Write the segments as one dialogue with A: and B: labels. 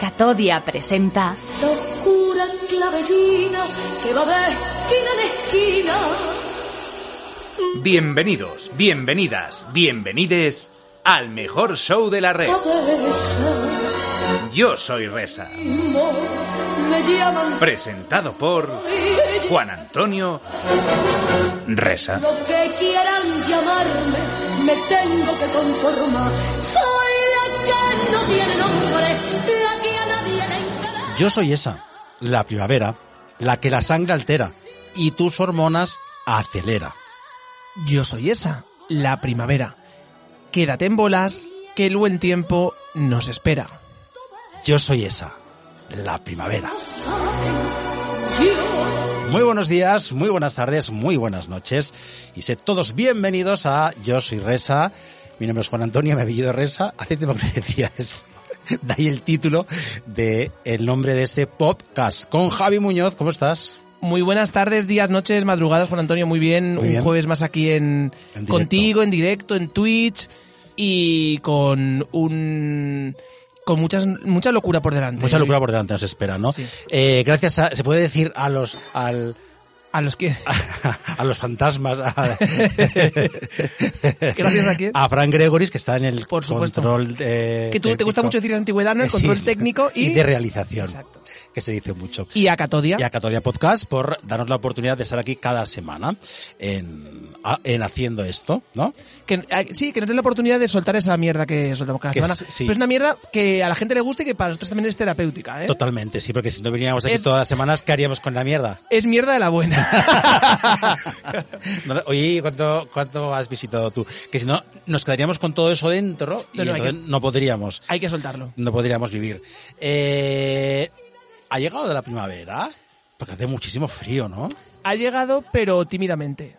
A: Catodia presenta
B: La oscura clavellina que va de esquina en esquina.
C: Bienvenidos, bienvenidas, bienvenides al mejor show de la red.
B: Cabeza,
C: Yo soy Resa,
B: mo, me llaman
C: presentado por Juan Antonio Resa.
B: lo que quieran llamarme, me tengo que conformar. Soy la que no tiene nombre, la que a nadie le interesa.
D: Yo soy esa, la primavera, la que la sangre altera y tus hormonas acelera.
E: Yo soy esa, la primavera. Quédate en bolas, que el buen tiempo nos espera.
D: Yo soy esa, la primavera. Muy buenos días, muy buenas tardes, muy buenas noches y sed todos bienvenidos a Yo soy Resa. Mi nombre es Juan Antonio, me apellido Resa. Hace tiempo que me decía esto. De ahí el título de el nombre de este podcast con Javi Muñoz. ¿Cómo estás?
E: Muy buenas tardes, días, noches, madrugadas, Juan Antonio, muy bien.
D: Muy
E: Un
D: bien.
E: jueves más aquí en,
D: En directo.
E: contigo, en directo, en Twitch y con un con muchas mucha locura por delante.
D: Mucha locura por delante nos espera, ¿no?
E: Sí.
D: Eh, gracias a, se puede decir a los, al,
E: a los que
D: a los fantasmas. A,
E: Gracias a quién.
D: A Frank Gregoris, que está en el
E: Por supuesto.
D: control eh,
E: que tú te gusta
D: técnico.
E: mucho decir antigüedad, ¿no? el
D: Eh, sí.
E: control técnico y,
D: de realización,
E: Exacto.
D: que se dice mucho.
E: y a Catodia.
D: Y a Catodia Podcast por darnos la oportunidad de estar aquí cada semana en, a- en haciendo esto, ¿no?
E: Que, eh, sí, que no tenés la oportunidad de soltar esa mierda que soltamos cada
D: Que
E: semana.
D: es- sí.
E: Pero es una mierda que a la gente le gusta y que para nosotros también es terapéutica, ¿eh?
D: Totalmente, sí, porque si no veníamos aquí
E: Es-
D: todas las semanas, ¿qué haríamos con la mierda?
E: Es mierda de la buena.
D: No, Oye, ¿cuánto, ¿cuánto has visitado tú? Que si no, nos quedaríamos con todo eso dentro y
E: No, no, hay que-
D: entonces no podríamos.
E: Hay que soltarlo.
D: no podríamos vivir. Eh, ¿Ha llegado la primavera? Porque hace muchísimo frío, ¿no?
E: Ha llegado, pero tímidamente.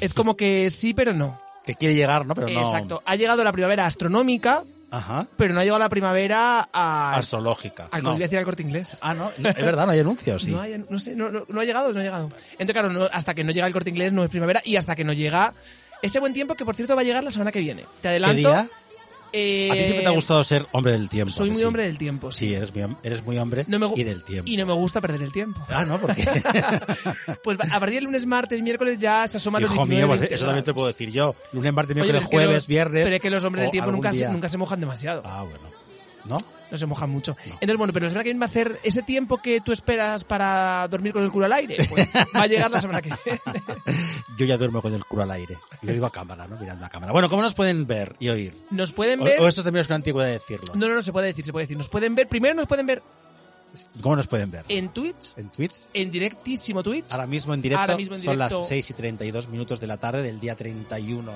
E: Es como que sí, pero no.
D: Que quiere llegar, ¿no? Mm. Pero no.
E: Exacto. Ha llegado la primavera astronómica,
D: Ajá.
E: pero no ha llegado la primavera a...
D: Astrológica.
E: al-
D: no.
E: Iba a decir al corte inglés.
D: Ah, no, no, es verdad, no hay anuncios, sí.
E: No, hay- no sé, no, no- no ha llegado, no ha llegado. Entonces, claro, no- hasta que no llega el corte inglés no es primavera y hasta que no llega ese buen tiempo que, por cierto, va a llegar la semana que viene. Te
D: ¿Qué
E: adelanto.
D: día?
E: eh,
D: A ti siempre te ha gustado ser hombre del tiempo.
E: Soy
D: que
E: muy
D: sí?
E: hombre del tiempo.
D: Sí, eres muy, hom- eres muy hombre
E: No me gu-
D: y del tiempo.
E: Y no me gusta perder el tiempo.
D: Ah, no, porque.
E: Pues a partir del lunes, martes, miércoles ya se asoman los
D: Hijo
E: 19,
D: mío, pues
E: 20,
D: eso también te
E: ¿verdad?
D: puedo decir yo. Lunes, martes,
E: Oye, pero
D: miércoles,
E: es que
D: jueves,
E: los-
D: viernes.
E: Pero es que los hombres del
D: o
E: tiempo
D: algún
E: nunca se,
D: día.
E: nunca se mojan demasiado.
D: Ah, bueno. ¿No?
E: No se mojan mucho. Entonces, bueno, pero la semana que viene va a hacer ese tiempo que tú esperas para dormir con el culo al aire. Pues va a llegar la semana que viene.
D: Yo ya duermo con el culo al aire. Y lo digo a cámara, ¿no? Mirando a cámara. Bueno, ¿cómo nos pueden ver y oír?
E: Nos pueden
D: O,
E: ver.
D: o eso también es una antigüedad decirlo.
E: No, no, no se puede decir, se puede decir. Nos pueden ver. Primero nos pueden ver
D: ¿Cómo nos pueden ver?
E: en Twitch,
D: En Twitch.
E: en directísimo Twitch.
D: Ahora mismo en directo,
E: Ahora mismo en
D: son
E: directo.
D: las 6 y 32 minutos de la tarde del día 31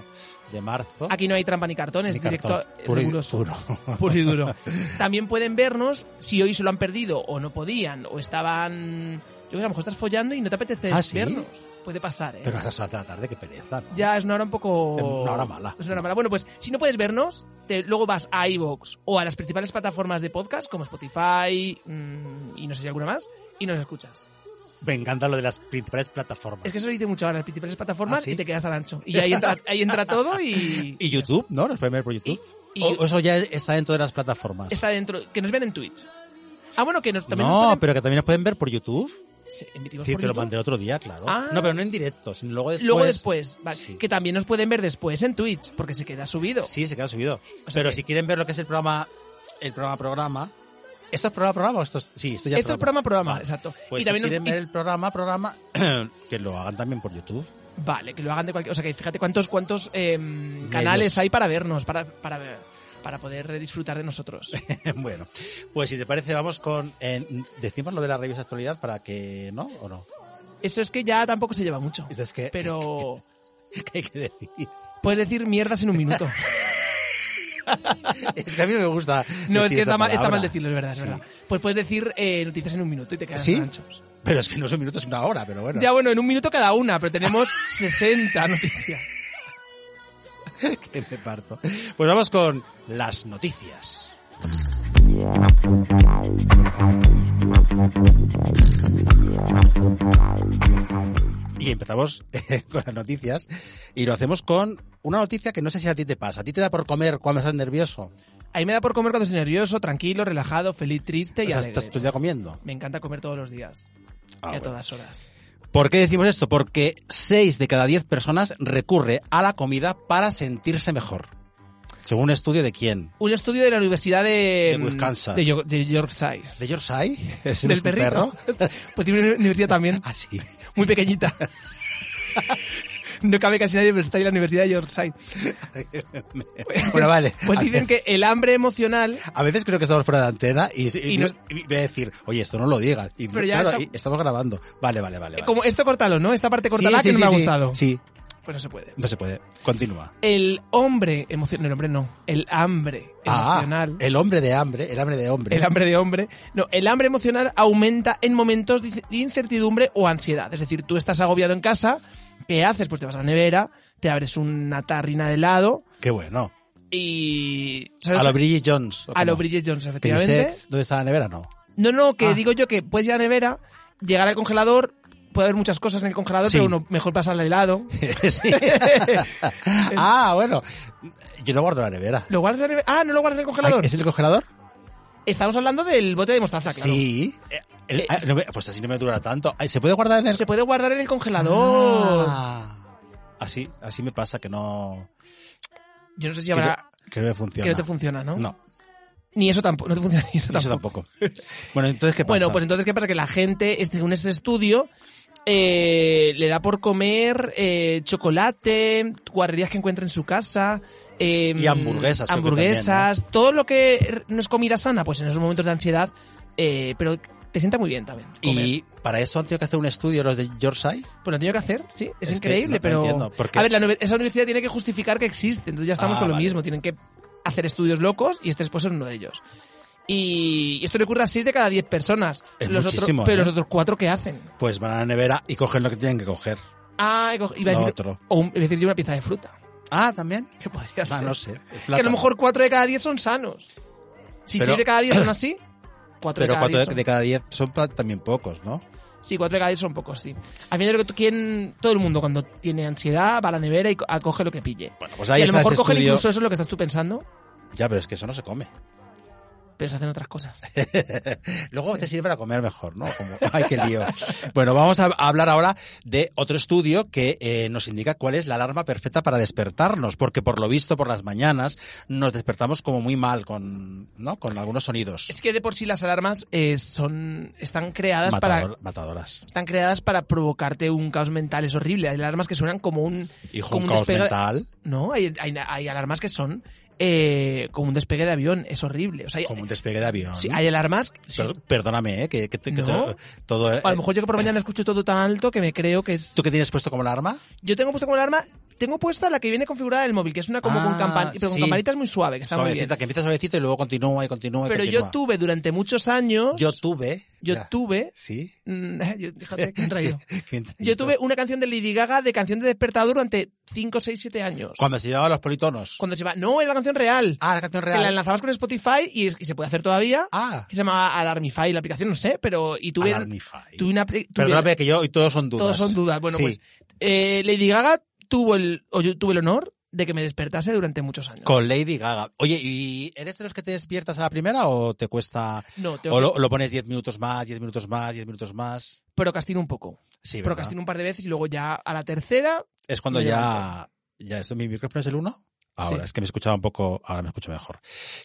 D: de marzo.
E: Aquí no hay trampa ni cartones,
D: Ni
E: directo
D: cartón.
E: eh,
D: Puro y
E: riguroso.
D: duro.
E: Puro y duro. También pueden vernos si hoy se lo han perdido o no podían o estaban. Yo creo que a lo mejor estás follando y no te apetece
D: ¿Ah, sí?
E: vernos. Puede pasar, ¿eh?
D: Pero a las horas de la tarde, qué pereza. ¿no?
E: Ya es una hora un poco.
D: Es una hora mala.
E: Es una hora mala. Bueno, pues si no puedes vernos, te- luego vas a iVoox o a las principales plataformas de podcast como Spotify mm, y no sé si alguna más y nos escuchas.
D: Me encanta lo de las principales plataformas.
E: Es que eso lo dice mucho ahora, las principales plataformas
D: ¿Ah, sí?
E: y te quedas tan ancho. Y ahí entra, ahí entra todo y.
D: Y YouTube, ¿no? Nos pueden ver por YouTube.
E: Y- y-
D: O- o eso ya está dentro de las plataformas.
E: Está dentro. Que nos vean en Twitch. Ah, bueno, que nos,
D: No,
E: también nos pueden-
D: pero que también nos pueden ver por YouTube.
E: Sí, emitimos
D: Sí,
E: por
D: te lo
E: YouTube.
D: mandé el otro día, claro.
E: Ah.
D: No, pero no en directo, sino luego después.
E: Luego después, vale,
D: Sí.
E: que también nos pueden ver después en Twitch, porque se queda subido.
D: Sí, se queda subido.
E: O sea
D: pero
E: que-
D: si quieren ver lo que es el programa, el programa programa. ¿Esto es programa programa o esto es, sí, esto ya
E: Esto es programa programa,
D: Vale.
E: exacto.
D: Pues
E: y
D: si
E: también
D: quieren
E: nos,
D: ver el programa programa, que lo hagan también por YouTube.
E: y- vale, que lo hagan de cualquier, o sea, que fíjate cuántos cuántos em, canales hay para vernos, para para ver- para poder disfrutar de nosotros.
D: bueno, pues si te parece vamos con, eh, decimos lo de la revista de actualidad para que, ¿no? ¿O no?
E: Eso es que ya tampoco se lleva mucho.
D: Entonces, ¿qué,
E: Pero
D: qué hay que decir?
E: puedes decir mierdas en un minuto.
D: es que a mí no me gusta.
E: No, es
D: decir esa
E: que está mal, está
D: palabra.
E: mal decirlo, es verdad, es
D: Sí.
E: verdad. Pues puedes decir eh, noticias en un minuto y te quedas
D: ¿Sí?
E: anchos.
D: Pero es que no son minutos, es una hora, pero bueno.
E: Ya bueno, en un minuto cada una, pero tenemos 60 noticias.
D: que me parto. Pues vamos con las noticias. Y empezamos con las noticias y lo hacemos con una noticia que no sé si a ti te pasa. ¿A ti te da por comer cuando estás nervioso?
E: Ahí me da por comer cuando estoy nervioso, tranquilo, relajado, feliz, triste
D: O
E: y
D: sea,
E: alegre.
D: estás todo el día comiendo.
E: Me encanta comer todos los días
D: Ah,
E: y a
D: bueno.
E: todas horas.
D: ¿Por qué decimos esto? Porque 6 de cada 10 personas recurre a la comida para sentirse mejor. Según un estudio de quién?
E: Un estudio de la Universidad de... mm,
D: De Wisconsin.
E: de Yo- de Yorkshire.
D: ¿De George Sai? ¿Es
E: ¿Del
D: un
E: perrito?
D: perro?
E: Pues tiene una universidad también,
D: Ah, sí.
E: muy pequeñita. No cabe casi nadie, pero está ahí la Universidad de Yorkshire.
D: Bueno, vale.
E: Pues dicen que el hambre emocional
D: A veces creo que estamos fuera de antena y, y-
E: Y nos-
D: y voy a decir, oye, esto no lo digas. Y
E: Pero ya
D: claro,
E: está-
D: y estamos grabando. Vale, vale, vale. vale.
E: Como esto cortalo, ¿no? Esta parte
D: Sí,
E: cortala
D: sí,
E: que no
D: sí,
E: me ha
D: sí.
E: gustado.
D: Sí,
E: Pues no se puede.
D: no se puede. Continúa.
E: El hombre emocional, no, el hombre no, el hambre
D: Ah,
E: emocional,
D: el hombre de hambre, el hambre de hombre.
E: el hambre de hombre, no, el hambre emocional aumenta en momentos de incertidumbre o ansiedad. Es decir, tú estás agobiado en casa, ¿qué haces? Pues te vas a la nevera, te abres una tarrina de helado
D: Qué bueno.
E: y... ¿sabes?
D: A lo Bridget Jones. ¿o
E: A lo
D: cómo?
E: Bridget Jones,
D: Que dice,
E: efectivamente.
D: ¿Dónde está la nevera? No.
E: No, no, que
D: Ah.
E: digo yo que puedes ir a la nevera, llegar al congelador, puede haber muchas cosas en el congelador,
D: Sí.
E: pero uno mejor pasar al helado.
D: Sí. ah, bueno. Yo lo guardo en la nevera.
E: ¿Lo guardas en la nevera? Ah, ¿no lo guardas en el
D: Ay,
E: congelador?
D: ¿Es el congelador?
E: Estamos hablando del bote de mostaza, claro.
D: Sí. Eh, el- ah, no me- pues así no me durará tanto. Ay, ¿Se puede guardar en el
E: Se puede guardar en el congelador.
D: Ah. Así, así me pasa que no.
E: Yo no sé si habrá...
D: que, no, que no me funciona.
E: Que no te funciona, ¿no?
D: No,
E: Ni eso tampoco. No te funciona ni eso
D: eso
E: tampoco.
D: tampoco. bueno, entonces, ¿qué pasa?
E: Bueno, pues entonces, ¿qué pasa? Que la gente, este- según este estudio, eh, le da por comer eh, chocolate, guarrerías que encuentra en su casa. eh,
D: Y hamburguesas, creo que
E: Hamburguesas, todo lo que no es comida sana, pues en esos momentos de ansiedad, eh, pero te sienta muy bien también. comer.
D: y para eso han tenido que hacer un estudio los de Yorkshire.
E: Pues lo tenía que hacer, sí, es,
D: Es que no-
E: increíble,
D: no
E: pero...
D: entiendo, porque-
E: A ver, la nuve- esa universidad tiene que justificar que existe, entonces ya estamos
D: Ah,
E: con lo
D: vale.
E: mismo, tienen que hacer estudios locos y este después es uno de ellos. Y y esto le ocurre a 6 de cada 10 personas.
D: Es
E: los otros-
D: muchísimo,
E: Pero
D: ¿eh?
E: los otros cuatro ¿qué hacen?
D: Pues van a la nevera y cogen lo que tienen que coger.
E: Ah, he co- iba a
D: Lo
E: decir,
D: otro.
E: O un- iba a decir yo una pieza de fruta.
D: Ah, también.
E: ¿Qué podría
D: Ah,
E: ser?
D: no sé.
E: Que a lo mejor 4 de cada 10 son sanos. Si
D: Pero-
E: 6 de cada 10 son así, 4 de
D: Pero
E: cada
D: cuatro
E: 10
D: de,
E: son...
D: de cada diez son pa- también pocos, ¿no?
E: Sí, 4 de cada 10 son pocos, sí. Al final, lo que tú- ¿quién- todo el mundo cuando tiene ansiedad va a la nevera y co- a- coge lo que pille.
D: Bueno, pues ahí
E: y a lo
D: está
E: mejor
D: ese
E: cogen
D: estudio.
E: incluso eso lo que estás tú pensando,
D: Ya, pero es que eso no se come.
E: pero se hacen otras cosas.
D: Luego te sirve para comer mejor, ¿no? Como, ay, qué lío. Bueno, vamos a a hablar ahora de otro estudio que eh, nos indica cuál es la alarma perfecta para despertarnos, porque por lo visto por las mañanas nos despertamos como muy mal con, ¿no? Con algunos sonidos
E: Es que de por sí las alarmas eh, son están creadas para
D: matador- matadoras.
E: están creadas para provocarte un caos mental, es horrible. Hay alarmas que suenan como un
D: Hijo,
E: como
D: un caos
E: despegue-
D: mental,
E: No, hay, hay- hay alarmas que son eh, como un despegue de avión, es horrible. O sea, hay, eh,
D: como un despegue de avión.
E: sí, hay alarmas sí.
D: Per- Perdóname, ¿eh? Que, que- que- que
E: No.
D: todo... eh,
E: a lo mejor yo que por la mañana escucho todo tan alto que me creo que es
D: ¿Tú qué tienes puesto como alarma?
E: Yo tengo puesto como alarma, tengo puesta la que viene configurada en el móvil, que es una como con,
D: Ah,
E: campan pero con
D: sí.
E: campanitas muy suave, que está muy bien.
D: Suavecita, que empieza suavecito y luego continúa y continúa y
E: Pero yo
D: continúa.
E: tuve durante muchos años
D: Yo tuve...
E: yo
D: Ya.
E: tuve.
D: ¿Sí?
E: mm, yo- fíjate, qué traído.
D: Qué- qué
E: Yo tuve una canción de Lady Gaga de canción de despertador durante 5, 6, 7 años.
D: Cuando se llevaba los politonos.
E: Cuando se va. No, era la canción real.
D: Ah, la canción
E: Que
D: real.
E: la enlazabas con Spotify y, es- y se puede hacer todavía.
D: Ah.
E: Que se llamaba Alarmify la aplicación, no sé, pero. Y tuve.
D: Alarmify.
E: Tuve una. apli- tuve-
D: Perdóname que yo hoy todos son dudas.
E: Todos son dudas. Bueno,
D: Sí.
E: pues. eh, Lady Gaga tuvo el. O yo tuve el honor de que me despertase durante muchos años.
D: Con Lady Gaga. Oye, ¿y eres de los que te despiertas a la primera o te cuesta...
E: No, tengo
D: O lo,
E: que-
D: lo pones 10 minutos más, 10 minutos más, 10 minutos más.
E: procrastino un poco.
D: Sí, ¿verdad?
E: procrastino un par de veces y luego ya a la tercera.
D: Es cuando
E: Me
D: ya... ya esto, ¿Mi micrófono es el 1? Ahora,
E: Sí.
D: es que me escuchaba un poco... Ahora me escucho mejor.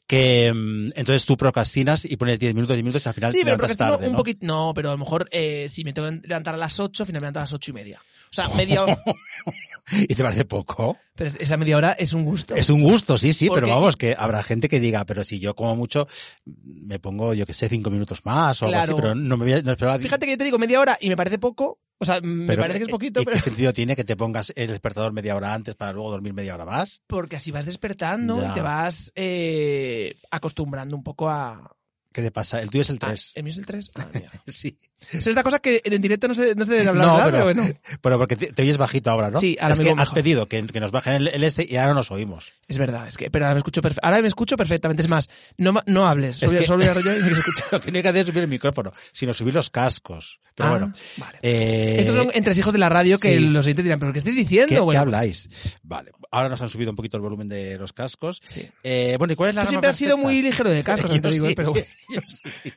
D: Que mm, entonces tú procrastinas y pones 10 minutos, 10 minutos y al final
E: Sí,
D: te
E: pero
D: levantas
E: procrastino
D: tarde,
E: un
D: ¿no?
E: poquito. No, pero a lo mejor eh, si me tengo que levantar a las 8, finalmente me levanto a las 8 y media. O sea, media hora.
D: ¿Y te parece poco?
E: Pero esa media hora es un gusto.
D: Es un gusto, sí, sí, pero
E: Porque-
D: vamos, que habrá gente que diga, pero si yo como mucho, me pongo, yo que sé, cinco minutos más o algo
E: Claro.
D: así, pero no me voy a, no esperaba-
E: Fíjate que yo te digo media hora y me parece poco. O sea, me
D: pero,
E: parece que es
D: ¿y-
E: poquito,
D: ¿y
E: pero...
D: ¿Qué sentido tiene que te pongas el despertador media hora antes para luego dormir media hora más?
E: Porque así vas despertando
D: Ya.
E: y te vas eh, acostumbrando un poco a...
D: ¿Qué te pasa? El tuyo es el
E: a-
D: 3.
E: ¿El mío es el 3? Madre mía.
D: sí.
E: Es esta cosa que en directo no se, no se debe hablar, ¿verdad? pero, bueno.
D: pero porque te, te oyes bajito ahora, ¿no?
E: Sí, ahora
D: es
E: me
D: que
E: oigo
D: has
E: mejor.
D: pedido que, que nos bajen el, el este y ahora nos oímos.
E: Es verdad, es que... Pero ahora me escucho, perfe- ahora me escucho perfectamente. Es más, no, ma- no hables.
D: Es
E: Solo,
D: que-
E: solo voy a rollar y me escucho.
D: Lo que no hay que hacer es subir el micrófono, sino subir los cascos. Pero
E: Ah,
D: bueno.
E: vale.
D: eh,
E: Estos son entresijos de la radio que
D: sí.
E: los oyentes dirán, ¿pero qué estáis
D: ¿Qué,
E: diciendo?
D: qué
E: Bueno,
D: habláis? Vale, ahora nos han subido un poquito el volumen de los cascos.
E: Sí.
D: Eh, bueno, ¿y cuál es la
E: Tú
D: rama
E: siempre
D: más
E: has sido
D: recta?
E: muy ligero de cascos,
D: Yo
E: te digo,
D: sí,
E: eh, pero bueno.
D: yo sí.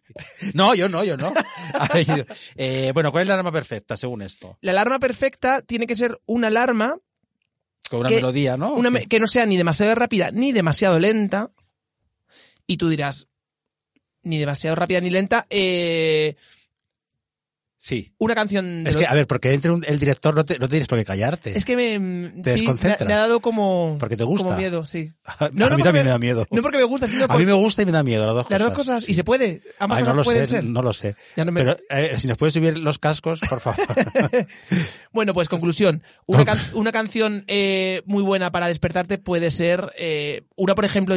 D: No, yo no, yo no. A ver, eh, bueno, ¿cuál es la rama perfecta según esto?
E: La alarma perfecta tiene que ser una alarma
D: Con una
E: Que-
D: melodía, ¿no?
E: una me- que no sea ni demasiado rápida ni demasiado lenta. Y tú dirás, ni demasiado rápida ni lenta, eh,
D: Sí.
E: una canción... de
D: Es
E: lo-
D: que, a ver, porque entre un- el director no, te, no tienes por qué callarte.
E: es que me,
D: te
E: sí, me ha-
D: desconcentra.
E: me ha dado como,
D: Porque te gusta.
E: como miedo, sí.
D: A
E: No, no,
D: mí
E: porque
D: también me da miedo.
E: No porque me gusta, sino
D: A mí
E: por-
D: me gusta y me da miedo las dos
E: las
D: cosas.
E: dos cosas.
D: Sí.
E: Y se puede. Ambas
D: Ay, no
E: cosas
D: lo
E: pueden
D: sé,
E: ser.
D: no lo sé.
E: Ya no me-
D: Pero eh, si nos puedes subir los cascos, por favor.
E: Bueno, pues conclusión. Una, can- una canción eh, muy buena para despertarte puede ser eh, una, por ejemplo,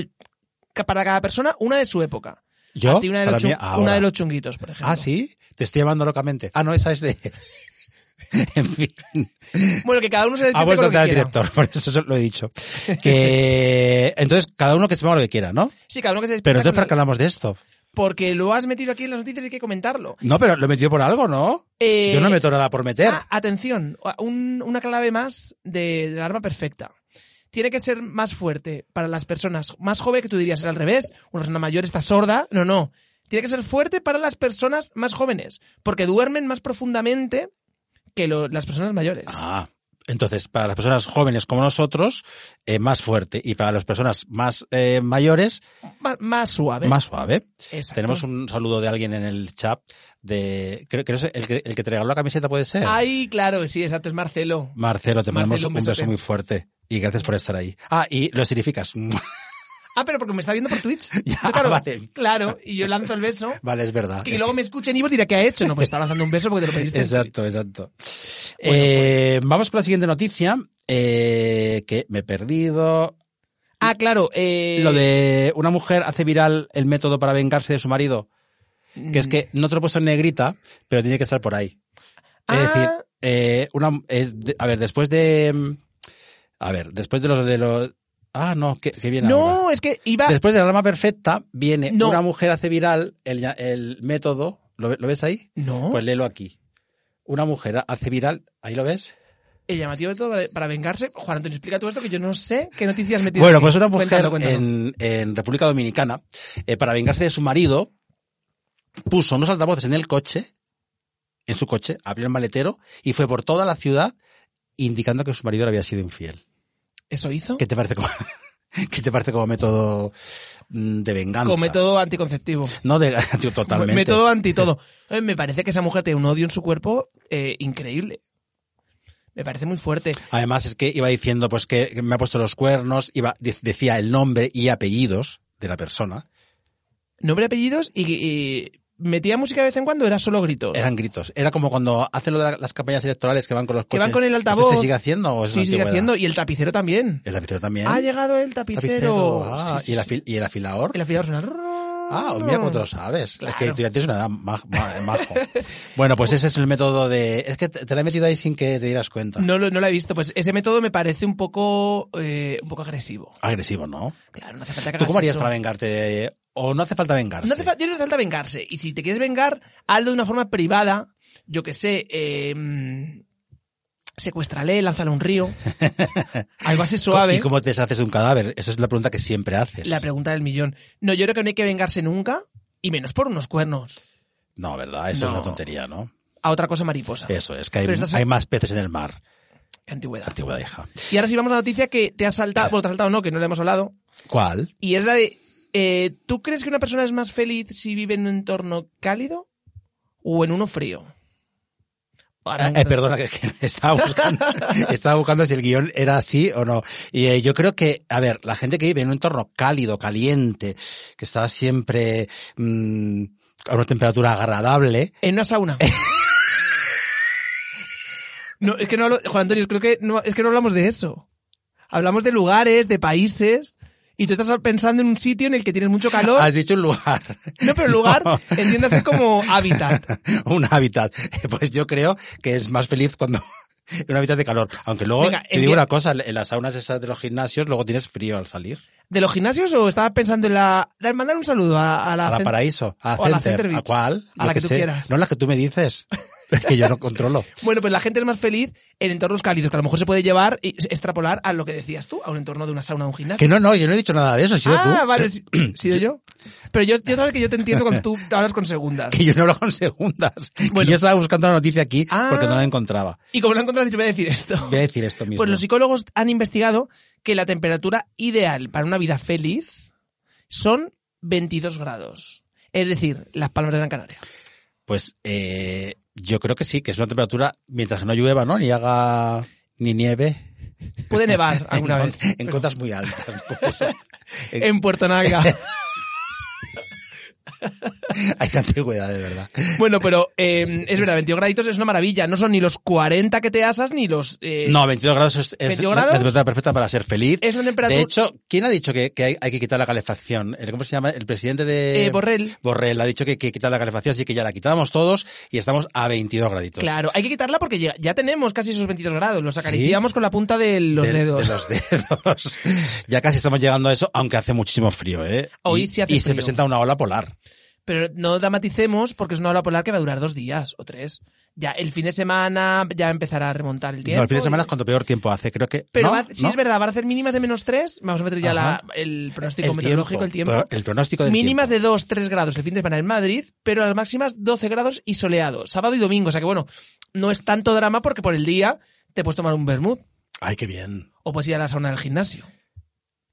E: ca- para cada persona, una de su época.
D: ¿Yo?
E: A ti una de, los
D: Oh, Para mí,
E: chun- una
D: ahora.
E: de los chunguitos, por ejemplo.
D: Ah, sí. Te estoy llamando locamente. Ah, no, esa es de. en fin.
E: Bueno, que cada uno
D: Ha
E: se despierte
D: vuelto
E: con
D: a entrar
E: lo que
D: el
E: quiera.
D: director, por eso se lo he dicho. Que entonces cada uno que se ponga lo que quiera, ¿no?
E: Sí, cada uno que se despierta
D: Pero entonces
E: con
D: para
E: lo-
D: qué hablamos de esto.
E: Porque lo has metido aquí en las noticias y hay que comentarlo.
D: No, pero lo he metido por algo, ¿no?
E: Eh,
D: Yo no meto nada por meter.
E: Ah, atención, un- una clave más de, de la arma perfecta. Tiene que ser más fuerte para las personas más jóvenes, que tú dirías es al revés, una persona mayor está sorda, no, no. Tiene que ser fuerte para las personas más jóvenes, porque duermen más profundamente que lo- las personas mayores.
D: Ah, entonces, para las personas jóvenes como nosotros, eh, más fuerte. Y para las personas más eh, mayores,
E: Más- más suave.
D: más suave.
E: Exacto.
D: Tenemos un saludo de alguien en el chat de. Creo, creo que es el que, el que te regaló la camiseta puede ser.
E: Ay, claro, sí, exacto, es Marcelo.
D: Marcelo, te
E: Marcelo,
D: mandamos un
E: un
D: beso
E: besote.
D: muy fuerte. Y gracias por estar ahí. Ah, y lo significas.
E: Ah, pero porque me está viendo por Twitch.
D: Ya,
E: Yo, claro,
D: vale.
E: claro, y yo lanzo el beso.
D: vale, es verdad.
E: Y luego me escuchen y vos dirá qué ha hecho. No, pues está lanzando un beso porque te lo pediste. en
D: Exacto, exacto.
E: pues
D: Eh, Vamos con la siguiente noticia, eh, que me he perdido.
E: Ah, claro. eh,
D: Lo de una mujer hace viral el método para vengarse de su marido, que es
E: mm,
D: que no te lo he puesto en negrita, pero tiene que estar por ahí. Es
E: Ah.
D: decir, eh, una, eh, de- a ver, después de... mm, A ver, después de los... De los ah, no, que, que viene ahora.
E: No, es que iba.
D: Después de la rama perfecta viene
E: No.
D: una mujer hace viral el, el método. ¿Lo, ve- lo ves ahí?
E: No.
D: Pues léelo aquí. Una mujer hace viral, ahí lo ves.
E: El llamativo de todo para- para vengarse. Juan Antonio, explica tú esto que yo no sé qué noticias me tienes
D: Bueno,
E: aquí.
D: pues una mujer
E: Cuéntalo, cuéntalo.
D: En, en República Dominicana, eh, para vengarse de su marido, puso unos altavoces en el coche, en su coche, abrió el maletero y fue por toda la ciudad indicando que su marido le había sido infiel.
E: ¿Eso hizo?
D: ¿Qué te parece como, ¿qué te parece como método mm, de venganza?
E: Con método anticonceptivo.
D: No, de, tío, totalmente.
E: Método anti todo. Eh, Me parece que esa mujer tiene un odio en su cuerpo eh, increíble. Me parece muy fuerte.
D: Además es que iba diciendo pues que que me ha puesto los cuernos, iba de- decía el nombre y apellidos de la persona.
E: Nombre, apellidos y, y metía música de vez en cuando, era solo gritos.
D: Pues Eran gritos. Era como cuando hacen lo de la- las campañas electorales que van con los
E: Que
D: coches.
E: van con el
D: ¿Eso
E: altavoz.
D: ¿Se sigue haciendo o es
E: sí,
D: una
E: sigue
D: antigüedad?
E: haciendo. Y el tapicero también.
D: El lapicero también.
E: Ha llegado el tapicero.
D: Ah,
E: Sí, sí,
D: ¿y, el
E: sí.
D: afil- y el afilador.
E: El afilador suena.
D: Ah, mira cómo te lo sabes. Es que
E: Claro.
D: tú ya tienes una edad maj- ma- majo. bueno, pues ese es el método de... Es que te te la he metido ahí sin que te dieras cuenta.
E: No lo, no lo he visto. Pues ese método me parece un poco, eh, un poco agresivo.
D: Agresivo, ¿no?
E: Claro, no hace falta que
D: ¿Tú cómo
E: hagas
D: harías
E: eso.
D: para vengarte? ¿O no hace falta vengarse?
E: No hace fa- yo creo que no hace falta vengarse. Y si te quieres vengar, hazlo de una forma privada. Yo que sé, eh, mm, secuéstrale, lánzalo a un río. Algo así suave.
D: ¿Y cómo te deshaces de un cadáver? Esa es la pregunta que siempre haces.
E: ¿eh? La pregunta del millón. No, yo creo que no hay que vengarse nunca. Y menos por unos cuernos.
D: No, ¿verdad? Eso es
E: No.
D: una tontería, ¿no?
E: A otra cosa mariposa.
D: Eso es, que hay,
E: Pero estás-
D: hay más peces en el mar.
E: Qué Antigüedad. Eh.
D: Antigua hija.
E: Y ahora sí vamos a la noticia que te ha saltado, bueno, te ha saltado no, que no le hemos hablado,
D: ¿Cuál?
E: y es la de, eh, ¿tú crees que una persona es más feliz si vive en un entorno cálido o en uno frío?
D: Eh,
E: Aranguren.
D: perdona, que, que estaba, buscando, estaba buscando si el guión era así o no. Y eh, yo creo que, a ver, la gente que vive en un entorno cálido, caliente, que está siempre mm, a una temperatura agradable,
E: En una sauna. no, es que no hablo, Juan Antonio, creo que no, es que no hablamos de eso. Hablamos de lugares, de países, y tú estás pensando en un sitio en el que tienes mucho calor.
D: has dicho un lugar.
E: No, pero lugar,
D: No.
E: entiéndase como hábitat.
D: un hábitat. Pues yo creo que es más feliz cuando en un hábitat de calor. Aunque luego
E: Venga,
D: te digo
E: envía-
D: una cosa, en las saunas esas de los gimnasios luego tienes frío al salir.
E: ¿De los gimnasios o estabas pensando en la... dar- Mandar un saludo a, la...
D: A la
E: gente-
D: Paraíso, a
E: o a la Center
D: Center, ¿a
E: Beach.
D: cuál?
E: A
D: Yo
E: la que
D: qué
E: tú
D: sé.
E: quieras.
D: No, las que tú me dices. Es que yo no controlo.
E: Bueno, pues la gente es más feliz en entornos cálidos, que a lo mejor se puede llevar y extrapolar a lo que decías tú, a un entorno de una sauna o un gimnasio.
D: Que no, no, yo no he dicho nada de eso, has sido
E: ah,
D: tú. Eh,
E: vale, sí- he sido yo. Pero yo, yo sabes que yo te entiendo cuando tú hablas con segundas.
D: Que yo no hablo con segundas. Que
E: Bueno.
D: yo estaba buscando la noticia aquí
E: Ah.
D: porque no la encontraba.
E: Y como lo he encontrado, yo voy a decir esto.
D: Voy a decir esto mismo.
E: Pues los psicólogos han investigado que la temperatura ideal para una vida feliz son 22 grados. Es decir, las palmas de Gran Canaria.
D: Pues eh, yo creo que sí, que es una temperatura mientras no llueva, ¿no? Ni haga ni nieve.
E: Puede nevar alguna
D: en,
E: Ah, vez.
D: En cotas muy altas. en-
E: En Puerto Naga.
D: Hay antigüedad, de verdad.
E: Bueno, pero eh, es verdad, 22 graditos es una maravilla. No son ni los 40 que te asas ni los... eh,
D: No, 22 grados es, es
E: 22
D: la-
E: grados
D: la temperatura perfecta para ser feliz.
E: Es una temperatura-
D: De hecho, ¿quién ha dicho que, que hay, hay que quitar la calefacción? ¿El, ¿Cómo se llama? El presidente de...
E: Eh, Borrell.
D: Borrell ha dicho que hay que quitar la calefacción, así que ya la quitamos todos y estamos a 22 graditos.
E: Claro, hay que quitarla porque ya, ya tenemos casi esos 22 grados. Los acariciamos con la punta de los
D: De-
E: dedos.
D: De los dedos. ya casi estamos llegando a eso, aunque hace muchísimo frío, ¿eh?
E: Hoy
D: y,
E: sí hace
D: y se
E: frío.
D: presenta una ola polar.
E: Pero no dramaticemos porque es una ola polar que va a durar dos días o tres. Ya el fin de semana ya empezará a remontar el tiempo.
D: No, el fin de semana
E: y-
D: es cuanto peor tiempo hace, creo que...
E: Pero
D: ¿no?
E: va- sí
D: ¿No?
E: es verdad, van a hacer mínimas de menos 3. Vamos a meter ya la-
D: Ajá.
E: el
D: El
E: pronóstico
D: tiempo,
E: meteorológico, el
D: pero
E: tiempo.
D: El pronóstico del
E: mínimas
D: tiempo.
E: de 2, 3 grados el fin de semana en Madrid, pero las máximas 12 grados y soleado, sábado y domingo. O sea que bueno, no es tanto drama porque por el día te puedes tomar un vermut
D: Ay, qué bien.
E: o puedes ir a la sauna del gimnasio.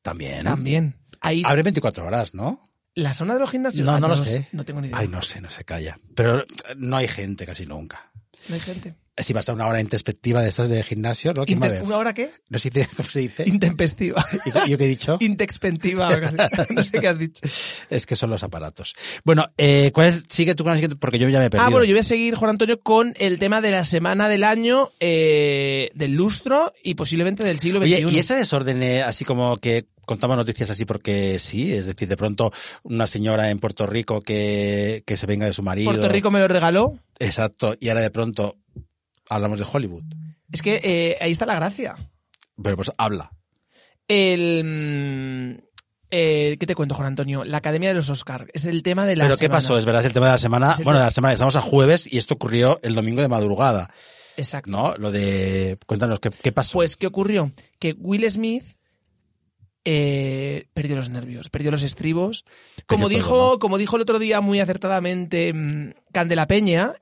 D: También.
E: También. Ahí
D: Abre 24 horas, ¿no?
E: la sauna de los gimnasios.
D: No,
E: Ah,
D: no lo
E: s-
D: sé.
E: No tengo ni idea.
D: Ay, no sé, no se calla. Pero eh, no hay gente casi nunca.
E: No hay gente.
D: Si vas a una hora introspectiva de estas de gimnasio, ¿no? ¿Quién va a
E: Inter-
D: ver?
E: ¿Una hora qué?
D: No sé si te- cómo se dice.
E: Intempestiva.
D: ¿Eh? ¿Y- ¿Yo qué he dicho?
E: Intexpentiva. o algo así. No sé qué has dicho.
D: Es que son los aparatos. Bueno, eh, ¿cuál es? Sigue tú con la siguiente, porque yo ya me he perdido.
E: Ah, bueno, yo voy a seguir, Juan Antonio, con el tema de la semana del año, eh, del lustro y posiblemente del siglo XXI.
D: Oye, ¿y ese desorden eh, así como que contamos noticias así porque sí? Es decir, de pronto una señora en Puerto Rico que, que se venga de su marido.
E: Puerto Rico me lo regaló.
D: Exacto. Y ahora de pronto hablamos de Hollywood.
E: Es que eh, ahí está la gracia.
D: Pero pues habla.
E: El... mm, eh, ¿Qué te cuento, Juan Antonio? La Academia de los Oscar. Es el tema de la
D: Pero ¿qué
E: semana.
D: pasó? Es verdad, es el tema de la semana.
E: Es el
D: Bueno,
E: tema.
D: de la semana, estamos a jueves y esto ocurrió el domingo de madrugada,
E: Exacto.
D: ¿no? Lo de... Cuéntanos, ¿qué, qué pasó?
E: Pues, ¿qué ocurrió? Que Will Smith eh, perdió los nervios, perdió los estribos. Como
D: Perdió
E: dijo,
D: todo,
E: como dijo el otro día muy acertadamente mm, Candela Peña,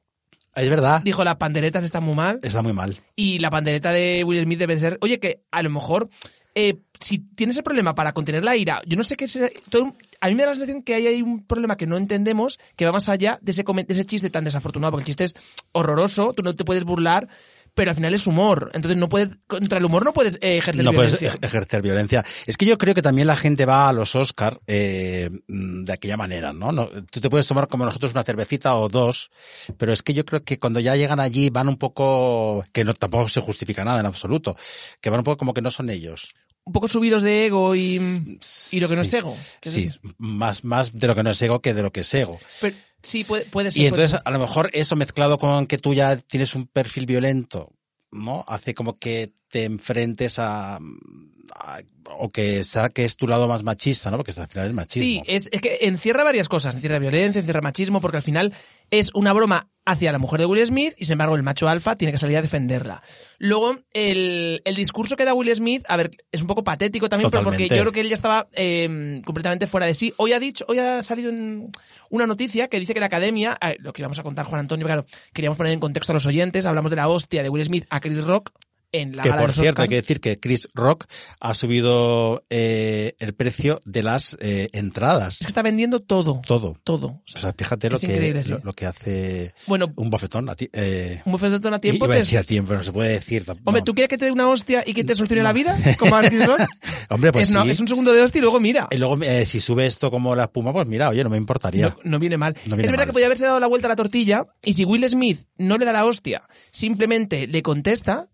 D: es verdad,
E: dijo las panderetas están muy mal.
D: está muy mal.
E: Y la pandereta de Will Smith debe ser, oye, que a lo mejor, eh, si tienes el problema para contener la ira, yo no sé qué será. todo- a mí me da la sensación que ahí hay un problema que no entendemos, que va más allá de ese, comen- de ese chiste tan desafortunado, porque el chiste es horroroso, tú no te puedes burlar, pero al final es humor. Entonces, no puedes, contra el humor no puedes eh, ejercer
D: No puedes
E: violencia.
D: ej- ejercer violencia. Es que yo creo que también la gente va a los Oscar eh, mm, de aquella manera, ¿no? No, Tú te puedes tomar como nosotros una cervecita o dos, pero es que yo creo que cuando ya llegan allí van un poco... Que no tampoco se justifica nada en absoluto. Que van un poco como que no son ellos.
E: un poco subidos de ego y, y lo que no es
D: Sí.
E: ego. ¿Qué
D: Sí,
E: dices?
D: más, más de lo que no es ego que de lo que es ego.
E: Pero- sí, puede, puede ser.
D: Y
E: puede
D: entonces,
E: ser.
D: a lo mejor eso mezclado con que tú ya tienes un perfil violento, ¿no? Hace como que te enfrentes a, a- o que saques tu lado más machista, ¿no? Porque al final es
E: Sí,
D: machismo.
E: es, es que encierra varias cosas. Encierra violencia, encierra machismo, porque al final es una broma hacia la mujer de Will Smith y sin embargo el macho alfa tiene que salir a defenderla. Luego, el, el discurso que da Will Smith, a ver, es un poco patético también, pero porque
D: Totalmente.
E: yo creo que él ya estaba eh, completamente fuera de sí. Hoy ha dicho, hoy ha salido en una noticia que dice que la academia, a ver, lo que íbamos a contar Juan Antonio, claro, queríamos poner en contexto a los oyentes, hablamos de la hostia de Will Smith a Chris Rock en la
D: que
E: gala de
D: por
E: los
D: cierto,
E: Oscar.
D: hay que decir que Chris Rock ha subido eh, el precio de las eh, entradas.
E: Es que está vendiendo todo.
D: Todo.
E: Todo. O
D: O
E: sea,
D: sea, fíjate lo
E: Es
D: que,
E: increíble, sí.
D: lo, lo que hace
E: bueno,
D: un bofetón. a ti- eh,
E: un bufete de a tiempo.
D: iba a
E: te-
D: decir a tiempo, no se puede decir. tampoco.
E: Hombre, ¿tú quieres que te dé una hostia y que te solucione la vida? Como a Chris Rock?
D: Hombre, pues
E: es, no,
D: sí.
E: es un segundo de hostia y luego mira.
D: Y luego, eh, si sube esto como la espuma, pues mira, oye, no me importaría.
E: No, no viene mal.
D: No viene
E: es verdad
D: mal.
E: que podía haberse dado la vuelta a la tortilla y si Will Smith no le da la hostia, simplemente le contesta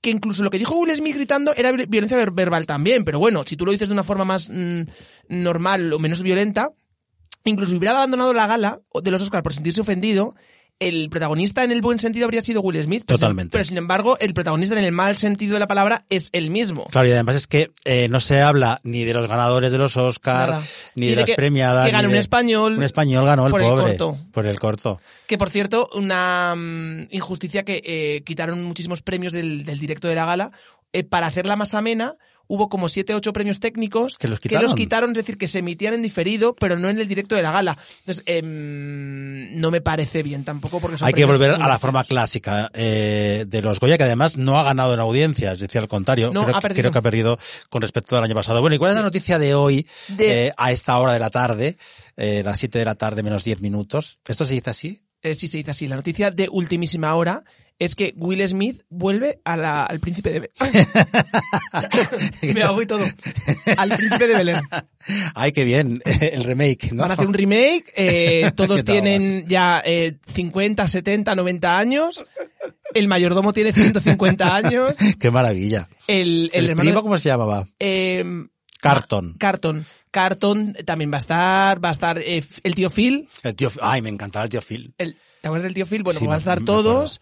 E: que incluso lo que dijo Will Smith gritando era vi- violencia ver- verbal también, pero bueno, si tú lo dices de una forma más mm, normal o menos violenta, incluso si hubiera abandonado la gala de los Oscars por sentirse ofendido, el protagonista en el buen sentido habría sido Will Smith. pero sin-
D: Totalmente.
E: Pero sin embargo, el protagonista en el mal sentido de la palabra es el mismo.
D: Claro, y además es que eh, no se habla ni de los ganadores de los Oscar,
E: Nada.
D: ni
E: Y
D: de,
E: de
D: las
E: que-
D: premiadas.
E: que ganó
D: ni
E: un
D: de-
E: español
D: Un español ganó el
E: por el
D: pobre.
E: corto.
D: Por el corto.
E: Que por cierto, una mm, injusticia que eh, quitaron muchísimos premios del, del directo de la gala. Eh, para hacerla más amena, hubo como siete ocho premios técnicos
D: Que los quitaron.
E: quitaron, es decir, que se emitían en diferido, pero no en el directo de la gala. Entonces, em, no me parece bien tampoco porque son
D: Hay que
E: premios
D: volver a la
E: únicos.
D: forma clásica eh, de los Goya, que además no ha ganado en audiencia, es decir, al contrario,
E: No,
D: creo,
E: ha
D: que-
E: perdido.
D: creo que ha perdido con respecto al año pasado. Bueno, ¿y cuál es la noticia de hoy,
E: De-
D: eh, a esta hora de la tarde, eh, las 7 de la tarde menos 10 minutos? ¿Esto se dice así?
E: Eh, sí, se dice así. La noticia de ultimísima hora es que Will Smith vuelve a la- al príncipe de Belén. me hago y todo. Al príncipe de Belén.
D: Ay, qué bien, el remake, ¿no?
E: Van a hacer un remake, eh, todos
D: ¿Qué tal?
E: tienen ya eh, 50, 70, 90 años, el mayordomo tiene 150 años,
D: Qué maravilla.
E: el, el hermano...
D: primo
E: de-
D: cómo se llamaba?
E: eh,
D: Carton.
E: Carton. Carton también va a estar, va a estar eh, el tío Phil,
D: El tío, ay, me encantaba el tío Phil.
E: el- ¿te acuerdas del tío Phil? Bueno,
D: Sí,
E: van a
D: me-
E: estar
D: me
E: todos.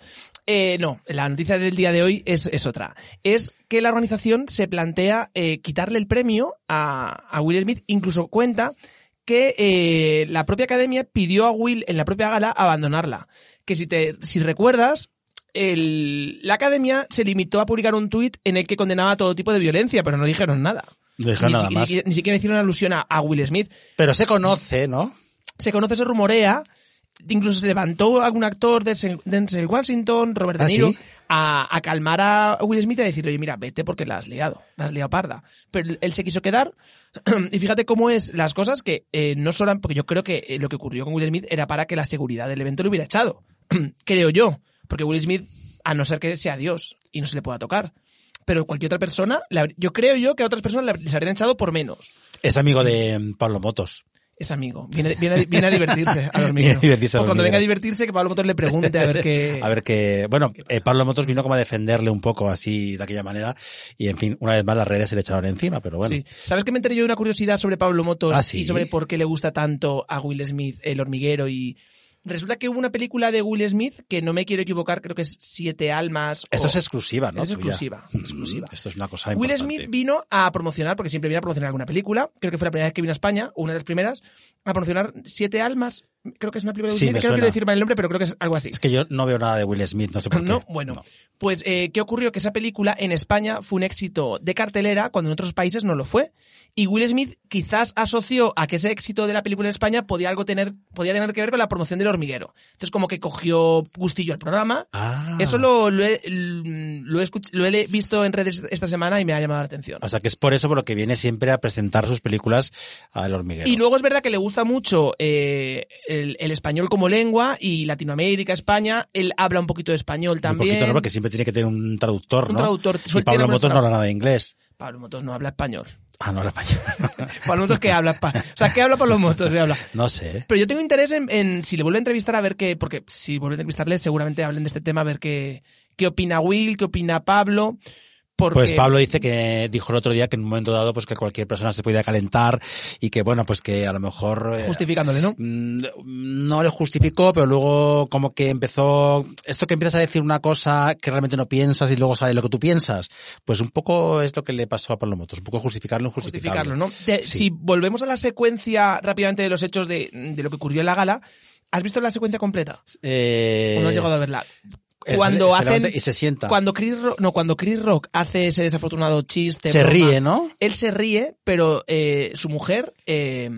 E: Eh, no, la noticia del día de hoy es, es otra. Es que la organización se plantea eh, quitarle el premio a, a Will Smith, incluso cuenta que eh, la propia academia pidió a Will en la propia gala abandonarla. Que si te si recuerdas, el- la academia se limitó a publicar un tuit en el que condenaba todo tipo de violencia, pero no dijeron nada.
D: No dijeron
E: Ni
D: nada
E: si-
D: más.
E: Ni, ni siquiera hicieron alusión a- a Will Smith
D: Pero se conoce, ¿no?
E: se conoce, se rumorea, incluso se levantó algún actor de Sen- Denzel Washington, Robert De
D: ¿Ah,
E: Niro,
D: sí?
E: a, a calmar a Will Smith y a decirle, oye, mira, vete porque la has liado, la has liado parda. Pero él se quiso quedar y fíjate cómo es las cosas que eh, no solo, han- porque yo creo que eh, lo que ocurrió con Will Smith era para que la seguridad del evento le hubiera echado, creo yo, porque Will Smith, a no ser que sea Dios y no se le pueda tocar. Pero cualquier otra persona, le habr- yo creo yo que a otras personas les habrían echado por menos.
D: Es amigo de mm, Pablo Motos.
E: Es amigo. Viene, viene, viene a divertirse al
D: Viene
E: hormiguero.
D: a divertirse al
E: o cuando
D: hormiguero.
E: venga a divertirse, que Pablo Motor le pregunte a ver qué.
D: A ver que, bueno, eh, Pablo Motos vino como a defenderle un poco así de aquella manera y en fin, una vez más las redes se le echaron encima, pero bueno.
E: Sí. ¿Sabes que me enteré yo de una curiosidad sobre Pablo Motos
D: Ah, sí.
E: y sobre por qué le gusta tanto a Will Smith el hormiguero? Y resulta que hubo una película de Will Smith que no me quiero equivocar, creo que es Siete Almas.
D: Esto
E: o-
D: es exclusiva, ¿no?
E: Oh. Es
D: Tuya.
E: exclusiva,
D: Mm,
E: exclusiva.
D: Esto es una cosa
E: Will
D: importante.
E: Smith vino a promocionar, porque siempre viene a promocionar alguna película, creo que fue la primera vez que vino a España, o una de las primeras, a promocionar Siete Almas, creo que es una película de Will
D: Sí,
E: Smith,
D: me
E: creo que
D: suena.
E: quiero decir mal el nombre, pero creo que es algo así.
D: Es que yo no veo nada de Will Smith, no sé por qué.
E: No, bueno. Pues, eh, ¿qué ocurrió? Que esa película en España fue un éxito de cartelera cuando en otros países no lo fue. Y Will Smith quizás asoció a que ese éxito de la película en España podía algo tener, podía tener que ver con la promoción del hormiguero. Entonces, como que cogió gustillo al programa.
D: Ah.
E: Eso lo, lo he, lo he escuch- lo he le- visto en redes esta semana y me ha llamado la atención.
D: O sea que es por eso por lo que viene siempre a presentar sus películas al hormiguero.
E: Y luego es verdad que le gusta mucho eh, el, el español como lengua y Latinoamérica, España. Él habla un poquito de español
D: Un
E: también.
D: poquito, ¿no? Porque siempre tiene que tener un traductor,
E: Un
D: ¿no?
E: traductor.
D: Y
E: Suel- tiene
D: Pablo
E: buenos
D: Motos no
E: tradu-
D: habla nada de inglés.
E: Pablo Motos no habla español.
D: Ah, no habla español.
E: Pablo Motos que habla, pa- o sea, que habla Pablo Motos, que habla.
D: no sé. ¿eh?
E: Pero yo tengo interés en, en si le vuelvo a entrevistar a ver qué, porque si vuelvo a entrevistarle seguramente hablen de este tema, a ver qué, qué opina Will, qué opina Pablo. Porque,
D: Pues Pablo dice que dijo el otro día que en un momento dado pues que cualquier persona se podía calentar y que bueno pues que a lo mejor eh,
E: Justificándole, ¿no?
D: mm, no lo justificó pero luego como que empezó esto que empiezas a decir una cosa que realmente no piensas y luego sale lo que tú piensas pues un poco es lo que le pasó a Pablo Motos un poco justificarlo
E: Justificarlo,
D: justificarlo
E: ¿no? De-
D: Sí.
E: Si volvemos a la secuencia rápidamente de los hechos de, de lo que ocurrió en la gala, ¿has visto la secuencia completa?
D: eh,
E: ¿O no has llegado a verla?
D: es-
E: Cuando
D: se
E: hacen.
D: levanta y se sienta
E: Cuando Chris Rock, no, cuando Chris Rock hace ese desafortunado chiste.
D: se
E: broma,
D: ríe no
E: Él se ríe, pero eh, su mujer eh,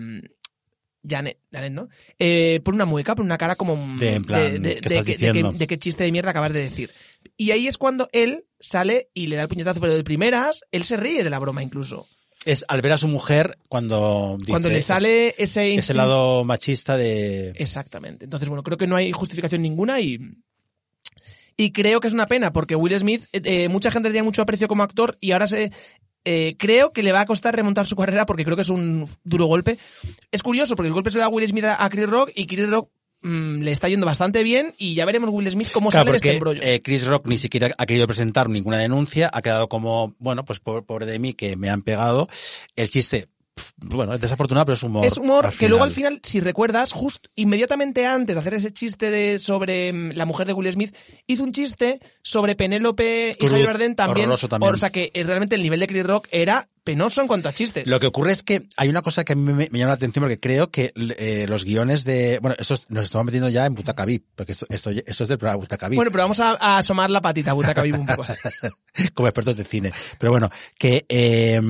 E: Janet, Janet, ¿no? Eh, por una mueca, por una cara como un-
D: Sí, en plan, ¿qué estás
E: que-
D: diciendo?
E: que- de qué chiste de mierda acabas de decir. Y ahí es cuando él sale y le da el puñetazo, pero de primeras, él se ríe de la broma incluso.
D: Es al ver a su mujer cuando...
E: cuando
D: dice,
E: le
D: "Es-
E: sale ese
D: ese
E: instinto-
D: lado machista de...
E: Exactamente. Entonces, bueno, creo que no hay justificación ninguna y. Y creo que es una pena, porque Will Smith, eh, eh, mucha gente le tenía mucho aprecio como actor y ahora se. eh, creo que le va a costar remontar su carrera porque creo que es un duro golpe. Es curioso porque el golpe se lo da Will Smith a a Chris Rock y Chris Rock mm, le está yendo bastante bien y ya veremos Will Smith cómo
D: Claro,
E: sale de este
D: porque
E: embrollo.
D: eh, Chris Rock ni siquiera ha querido presentar ninguna denuncia, ha quedado como, bueno, pues pobre, pobre de mí que me han pegado. El chiste, pf, bueno, es desafortunado, pero es humor.
E: Es humor que luego al final, si recuerdas, justo inmediatamente antes de hacer ese chiste de sobre mm, la mujer de Will Smith, hizo un chiste sobre Penélope y
D: Cruz,
E: Javier Bardem también.
D: horroroso también.
E: O sea que eh, realmente el nivel de Chris Rock era penoso en cuanto a chistes.
D: Lo que ocurre es que hay una cosa que a mí me, me llama la atención porque creo que eh, los guiones de... Bueno, esto es- nos estamos metiendo ya en Butaca VIP, porque esto, esto, esto es del programa Butaca VIP.
E: Bueno, pero vamos a, a asomar la patita, butaca vivo un poco así.
D: como expertos de cine. Pero bueno, que eh,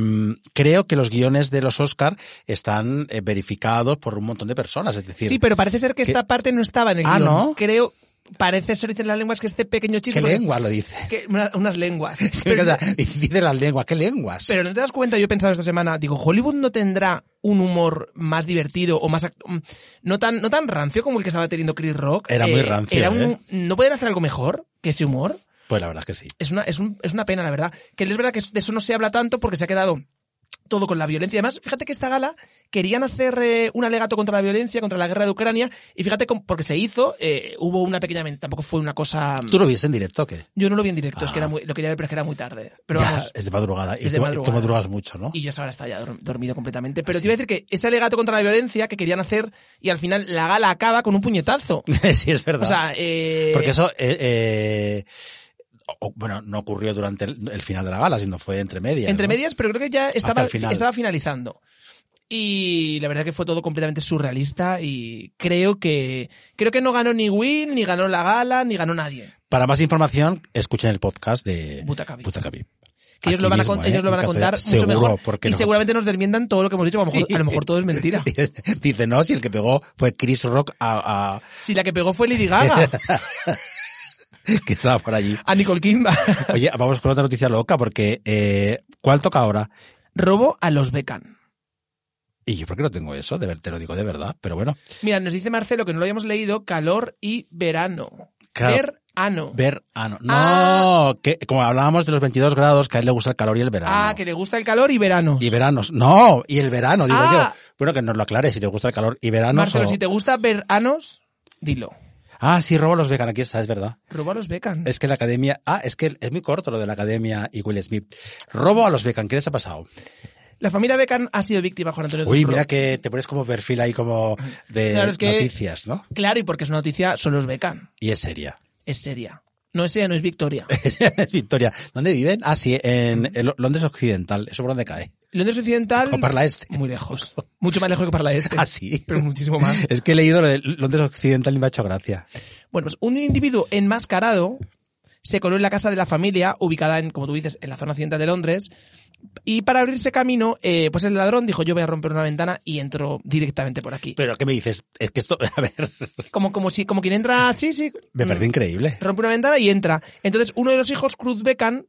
D: creo que los guiones de los Oscar están eh, verificados por un montón de personas. Es decir,
E: Sí, pero parece ser que esta parte no estaba en el
D: Ah,
E: guión.
D: ¿no?
E: Creo, parece ser, dicen las lenguas, que este pequeño chiste...
D: ¿qué
E: porque-
D: lengua lo dice?
E: que- una- unas lenguas.
D: Es que me
E: Pero-
D: encanta. Y Dice las lenguas, ¿qué lenguas?
E: Pero no te das cuenta, yo he pensado esta semana, digo, Hollywood no tendrá un humor más divertido o más act- mm, no tan no tan rancio como el que estaba teniendo Chris Rock.
D: Era muy rancio,
E: era un-
D: ¿eh?
E: ¿No pueden hacer algo mejor que ese humor?
D: Pues la verdad es que sí.
E: Es una, es, un- es una pena, la verdad. Que es verdad que de eso no se habla tanto porque se ha quedado todo con la violencia. Además, fíjate que esta gala querían hacer eh, un alegato contra la violencia, contra la guerra de Ucrania, y fíjate, com- porque se hizo, eh, hubo una pequeña... men- Tampoco fue una cosa...
D: ¿Tú lo viste en directo o qué?
E: Yo no lo vi en directo, es que
D: Ah.
E: era muy, lo quería ver, pero es que era muy tarde. Pero
D: Ya,
E: vamos,
D: es de madrugada. Y
E: es de
D: tú,
E: madrugada.
D: tú madrugas mucho, ¿no?
E: y yo ahora está ya dor- dormido completamente. Pero te iba a decir que ese alegato contra la violencia que querían hacer y al final la gala acaba con un puñetazo.
D: sí, es verdad.
E: O sea, eh,
D: Porque eso, eh, eh, o- o- bueno, no ocurrió durante el, el final de la gala, sino fue entre medias.
E: entre
D: ¿no?
E: medias, pero creo que ya estaba,
D: el final.
E: estaba finalizando. Y la verdad que fue todo completamente surrealista y creo que creo que no ganó ni Will, ni ganó la gala, ni ganó nadie.
D: Para más información, escuchen el podcast de
E: Butaca VIP.
D: VIP.
E: Que ellos
D: Aquí
E: lo, van a,
D: mismo,
E: con-
D: ¿eh?
E: ellos lo
D: En
E: van a contar
D: castellano.
E: mucho
D: Seguro,
E: mejor.
D: porque
E: Y
D: no.
E: seguramente nos desmientan todo lo que hemos dicho. A lo mejor,
D: Sí.
E: a lo mejor todo es mentira.
D: Dice, no, si el que pegó fue Chris Rock a, a-
E: Si la que pegó fue Lady Gaga,
D: que estaba por allí.
E: a Nicole Kimba.
D: Oye, vamos con otra noticia loca, porque eh, ¿cuál toca ahora?
E: Robo a los Beckham.
D: Y yo, ¿por qué no tengo eso? De ver, te lo digo de verdad, pero bueno.
E: Mira, nos dice Marcelo que no lo habíamos leído, calor y verano.
D: Claro.
E: Verano.
D: Verano. No,
E: Oh. Ah.
D: que como hablábamos de los 22 grados, que a él le gusta el calor y el verano.
E: ah, que le gusta el calor y verano.
D: Y veranos. No, y el verano, digo
E: Ah.
D: yo. Bueno, que nos lo aclare si le gusta el calor y verano.
E: Marcelo, si te gusta veranos, dilo.
D: Ah, sí, robo los vegan, aquí está, es verdad.
E: Robo a los Beckham.
D: Es que la academia... Ah, es que es muy corto lo de la academia y Will Smith. Robo a los vegan, ¿qué les ha pasado?
E: La familia Beckham ha sido víctima, Juan Antonio. de un
D: Uy, mira
E: robo.
D: que te pones como perfil ahí como de
E: Claro, es que-
D: noticias, ¿no?
E: Claro, y porque es una noticia, son los Beckham.
D: Y es seria.
E: Es seria. No es seria, no es victoria.
D: Victoria, ¿dónde viven? Ah, sí, en el- Londres Occidental. ¿Eso por dónde cae?
E: Londres Occidental...
D: O Parla Este.
E: Muy lejos. Mucho más lejos que Parla Este.
D: Ah, sí.
E: Pero muchísimo más.
D: Es que he leído lo de Londres Occidental y me ha hecho gracia.
E: Bueno, pues un individuo enmascarado se coló en la casa de la familia, ubicada en, como tú dices, en la zona occidental de Londres, y para abrirse camino, eh, pues el ladrón dijo, yo voy a romper una ventana y entró directamente por aquí.
D: Pero, ¿qué me dices? Es que esto, a ver,
E: Como, como si, como quien entra, sí, sí.
D: me parece
E: mm,
D: increíble.
E: Rompe una ventana y entra. Entonces, uno de los hijos, Cruz Beckham,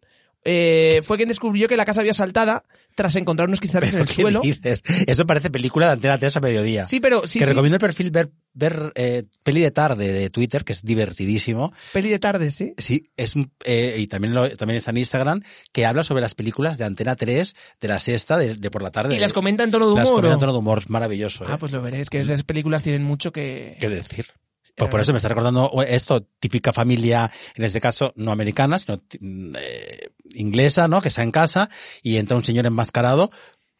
E: eh, fue quien descubrió que la casa había saltada tras encontrar unos cristales en el
D: ¿Qué
E: suelo.
D: dices? Eso parece película de Antena 3 a mediodía.
E: Sí, pero sí,
D: que
E: sí.
D: recomiendo el perfil ver, ver eh, peli de tarde de Twitter, que es divertidísimo.
E: Peli de tarde, sí.
D: Sí, es un- eh, y también lo- también está en Instagram, que habla sobre las películas de Antena 3, de la sexta, de, de por la tarde.
E: Y las comenta en tono de
D: Las
E: humor.
D: comenta
E: ¿o?
D: en tono de humor, maravilloso.
E: Ah,
D: ¿eh?
E: pues lo veréis, que esas películas tienen mucho que...
D: ¿Qué decir? Pues por eso me está recordando esto, típica familia, en este caso no americana, sino ti- mm, eh, inglesa, ¿no? Que está en casa y entra un señor enmascarado,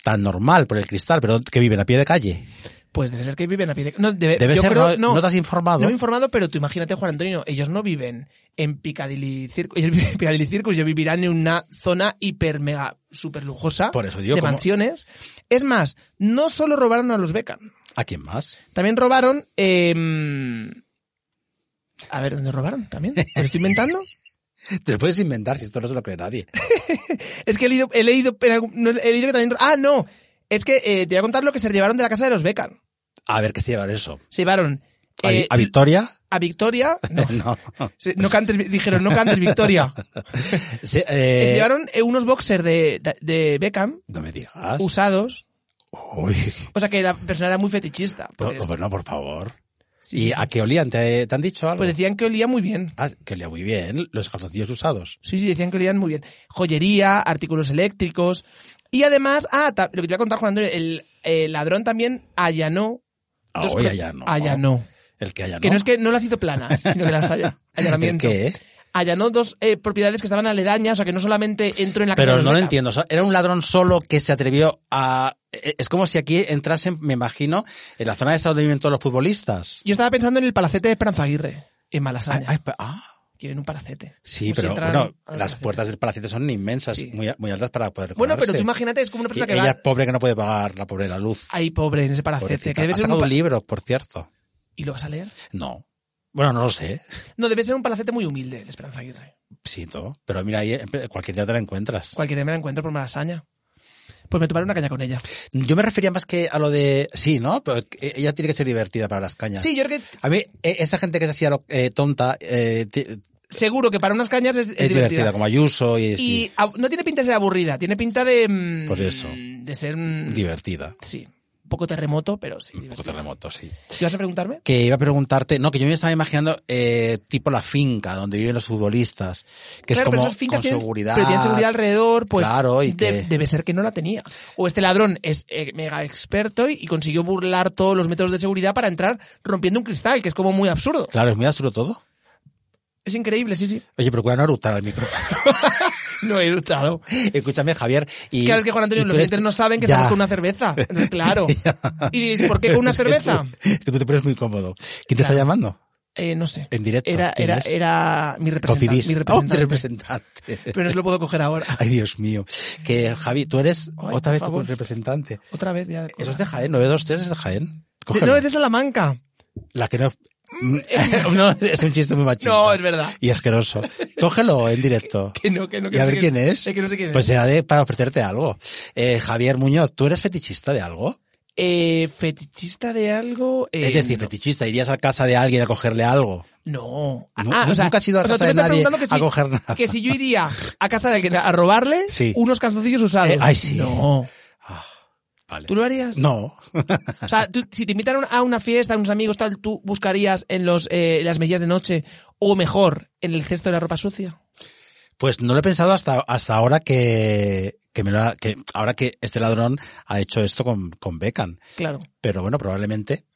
D: tan normal por el cristal, pero que vive en la pie de calle.
E: Pues debe ser que viven a pie de... No, debe,
D: Debe
E: yo
D: ser,
E: creo-
D: no, no te has informado.
E: No me he informado, pero tú imagínate, Juan Antonio, ellos no viven en Piccadilly Circus, ellos viven en Piccadilly Circus, ellos vivirán en una zona hiper mega super lujosa
D: Por eso digo,
E: de
D: como-
E: mansiones. Es más, no solo robaron a los Beckham,
D: ¿A quién más?
E: también robaron eh, a ver, ¿dónde robaron? ¿También? ¿Me lo estoy inventando?
D: Te lo puedes inventar, si esto no se lo cree nadie.
E: Es que he leído, he leído, en algún- no, he leído que también... Ah, no, es que eh, te voy a contar lo que se llevaron de la casa de los Beckham.
D: A ver qué se lleva eso.
E: Se llevaron
D: ¿A,
E: eh,
D: a Victoria?
E: a Victoria. No,
D: No.
E: se- no cantes, dijeron, no cantes Victoria.
D: Se,
E: Eh,
D: eh,
E: se llevaron eh, unos boxers de, de Beckham
D: No me digas.
E: usados.
D: Uy.
E: O sea que la persona era muy fetichista.
D: Pues,
E: Pues,
D: no, por favor.
E: Sí,
D: ¿Y
E: sí,
D: a qué olían? ¿Te, te han dicho algo?
E: pues decían que olía muy bien.
D: Ah, que olía muy bien los calzoncillos usados.
E: Sí, sí, decían que olían muy bien. Joyería, artículos eléctricos. Y además, ah, ta- lo que te voy a contar, Juan Antonio, el, eh, ladrón también allanó.
D: Ah,
E: dos
D: hoy
E: pro-
D: allá no.
E: Allanó.
D: El que allá no.
E: Que no es que no las hizo planas, sino que las haya-
D: ¿El
E: allanamiento.
D: qué?
E: Allanó dos eh, propiedades que estaban aledañas, o sea que no solamente entró en la casa
D: Pero
E: de los
D: no lo
E: Beckham.
D: entiendo. o sea, era un ladrón solo que se atrevió a... eh, Es como si aquí entrasen, me imagino, en la zona de estado donde viven todos los futbolistas.
E: Yo estaba pensando en el palacete de Esperanza Aguirre, en Malasaña.
D: Ay, pa- ah,
E: Quieren un palacete.
D: sí,
E: Como si
D: pero
E: entraran
D: bueno,
E: al
D: las
E: palacete.
D: puertas del palacete son inmensas,
E: Sí.
D: muy, a- muy altas para poder
E: Bueno, pero tú
D: colarse.
E: imagínate, es como una
D: Y
E: persona que
D: ella
E: va...
D: es pobre que no puede pagar la pobre la luz.
E: Ay, pobre, en ese palacete.
D: Pobrecita.
E: Que debe
D: ha
E: ser un
D: sacado
E: pa-
D: un libro, por cierto.
E: ¿Y lo vas a leer?
D: No. Bueno, no lo sé.
E: No, debe ser un palacete muy humilde, el de Esperanza Aguirre.
D: Siento. Pero mira, ahí eh, cualquier día te la encuentras.
E: Cualquier día me la encuentro por Malasaña. Pues me tomaré una caña con ella.
D: Yo me refería más que a lo de... Sí, ¿no? Pero eh, ella tiene que ser divertida para las cañas.
E: Sí, yo creo que
D: A mí, eh, esta gente que es así a lo, eh, tonta, eh, ti- es,
E: seguro que para unas cañas es, es
D: divertida,
E: divertida.
D: como Ayuso y,
E: Y
D: sí,
E: a- no tiene pinta de ser aburrida, tiene pinta de... mm,
D: Por eso.
E: De ser... mm,
D: divertida.
E: sí, un poco terremoto, pero sí.
D: Un poco
E: divertida.
D: terremoto, sí.
E: ¿Y vas a preguntarme?
D: Que iba a preguntarte, no, que yo me estaba imaginando eh, tipo la finca donde viven los futbolistas, que
E: claro,
D: es como
E: pero esas fincas
D: con
E: tienen,
D: seguridad.
E: pero tienen seguridad alrededor, pues
D: Claro, y
E: de-
D: que-
E: debe ser que no la tenía. O este ladrón es eh, mega experto y, y consiguió burlar todos los métodos de seguridad para entrar rompiendo un cristal, que es como muy absurdo.
D: Claro, es muy absurdo todo.
E: Es increíble, sí, sí.
D: Oye, procura no eructar al micrófono.
E: No he eructado.
D: Escúchame, Javier. Y,
E: Claro, es que Juan Antonio,
D: y
E: los
D: tú eres-
E: oyentes no saben que
D: Ya.
E: estamos con una cerveza. Entonces, claro. Y diréis, ¿por qué con una
D: Es que tú-
E: cerveza?
D: es que tú te pones muy cómodo. ¿Quién te está
E: Claro.
D: llamando?
E: Eh, no sé.
D: En directo,
E: Era,
D: ¿quién
E: era,
D: es?
E: era mi representante.
D: Cofidis.
E: Mi
D: Oh, te
E: representante.
D: representante.
E: Pero no se lo puedo coger ahora.
D: Ay, Dios mío. Que Javi, tú eres
E: Ay,
D: otra
E: por
D: vez tu
E: favor.
D: representante.
E: Otra vez voy a...
D: Eso es de Jaén, 923 es de Jaén. Cógelo.
E: No, es de Salamanca.
D: La que no... no, es un chiste muy machista.
E: No, es verdad.
D: Y asqueroso. Cógelo en directo.
E: Que no, que no. Que
D: y a
E: no sé
D: ver quién es.
E: que no sé quién es.
D: Pues será de, para ofrecerte algo. Eh, Javier Muñoz, ¿tú eres fetichista de algo?
E: Eh, fetichista de algo. eh,
D: es decir,
E: no.
D: fetichista, irías a casa de alguien a cogerle algo.
E: No.
D: Nu-
E: Ah, o sea,
D: nunca has ido a
E: o sea,
D: casa
E: tú me
D: de
E: estás
D: nadie
E: preguntando que
D: a
E: si-
D: coger nada.
E: Que si yo iría a casa de alguien a robarle
D: Sí.
E: unos calzoncillos usados.
D: Eh, ay, sí.
E: No.
D: Vale.
E: ¿Tú lo harías?
D: No.
E: O sea, tú- si te invitan a una- a una fiesta, a unos amigos, tal, ¿tú buscarías en los eh, las medidas de noche o mejor, en el cesto de la ropa sucia?
D: Pues no lo he pensado hasta, hasta ahora que, que, me lo ha- que ahora que este ladrón ha hecho esto con, con Beckham.
E: Claro.
D: Pero bueno, probablemente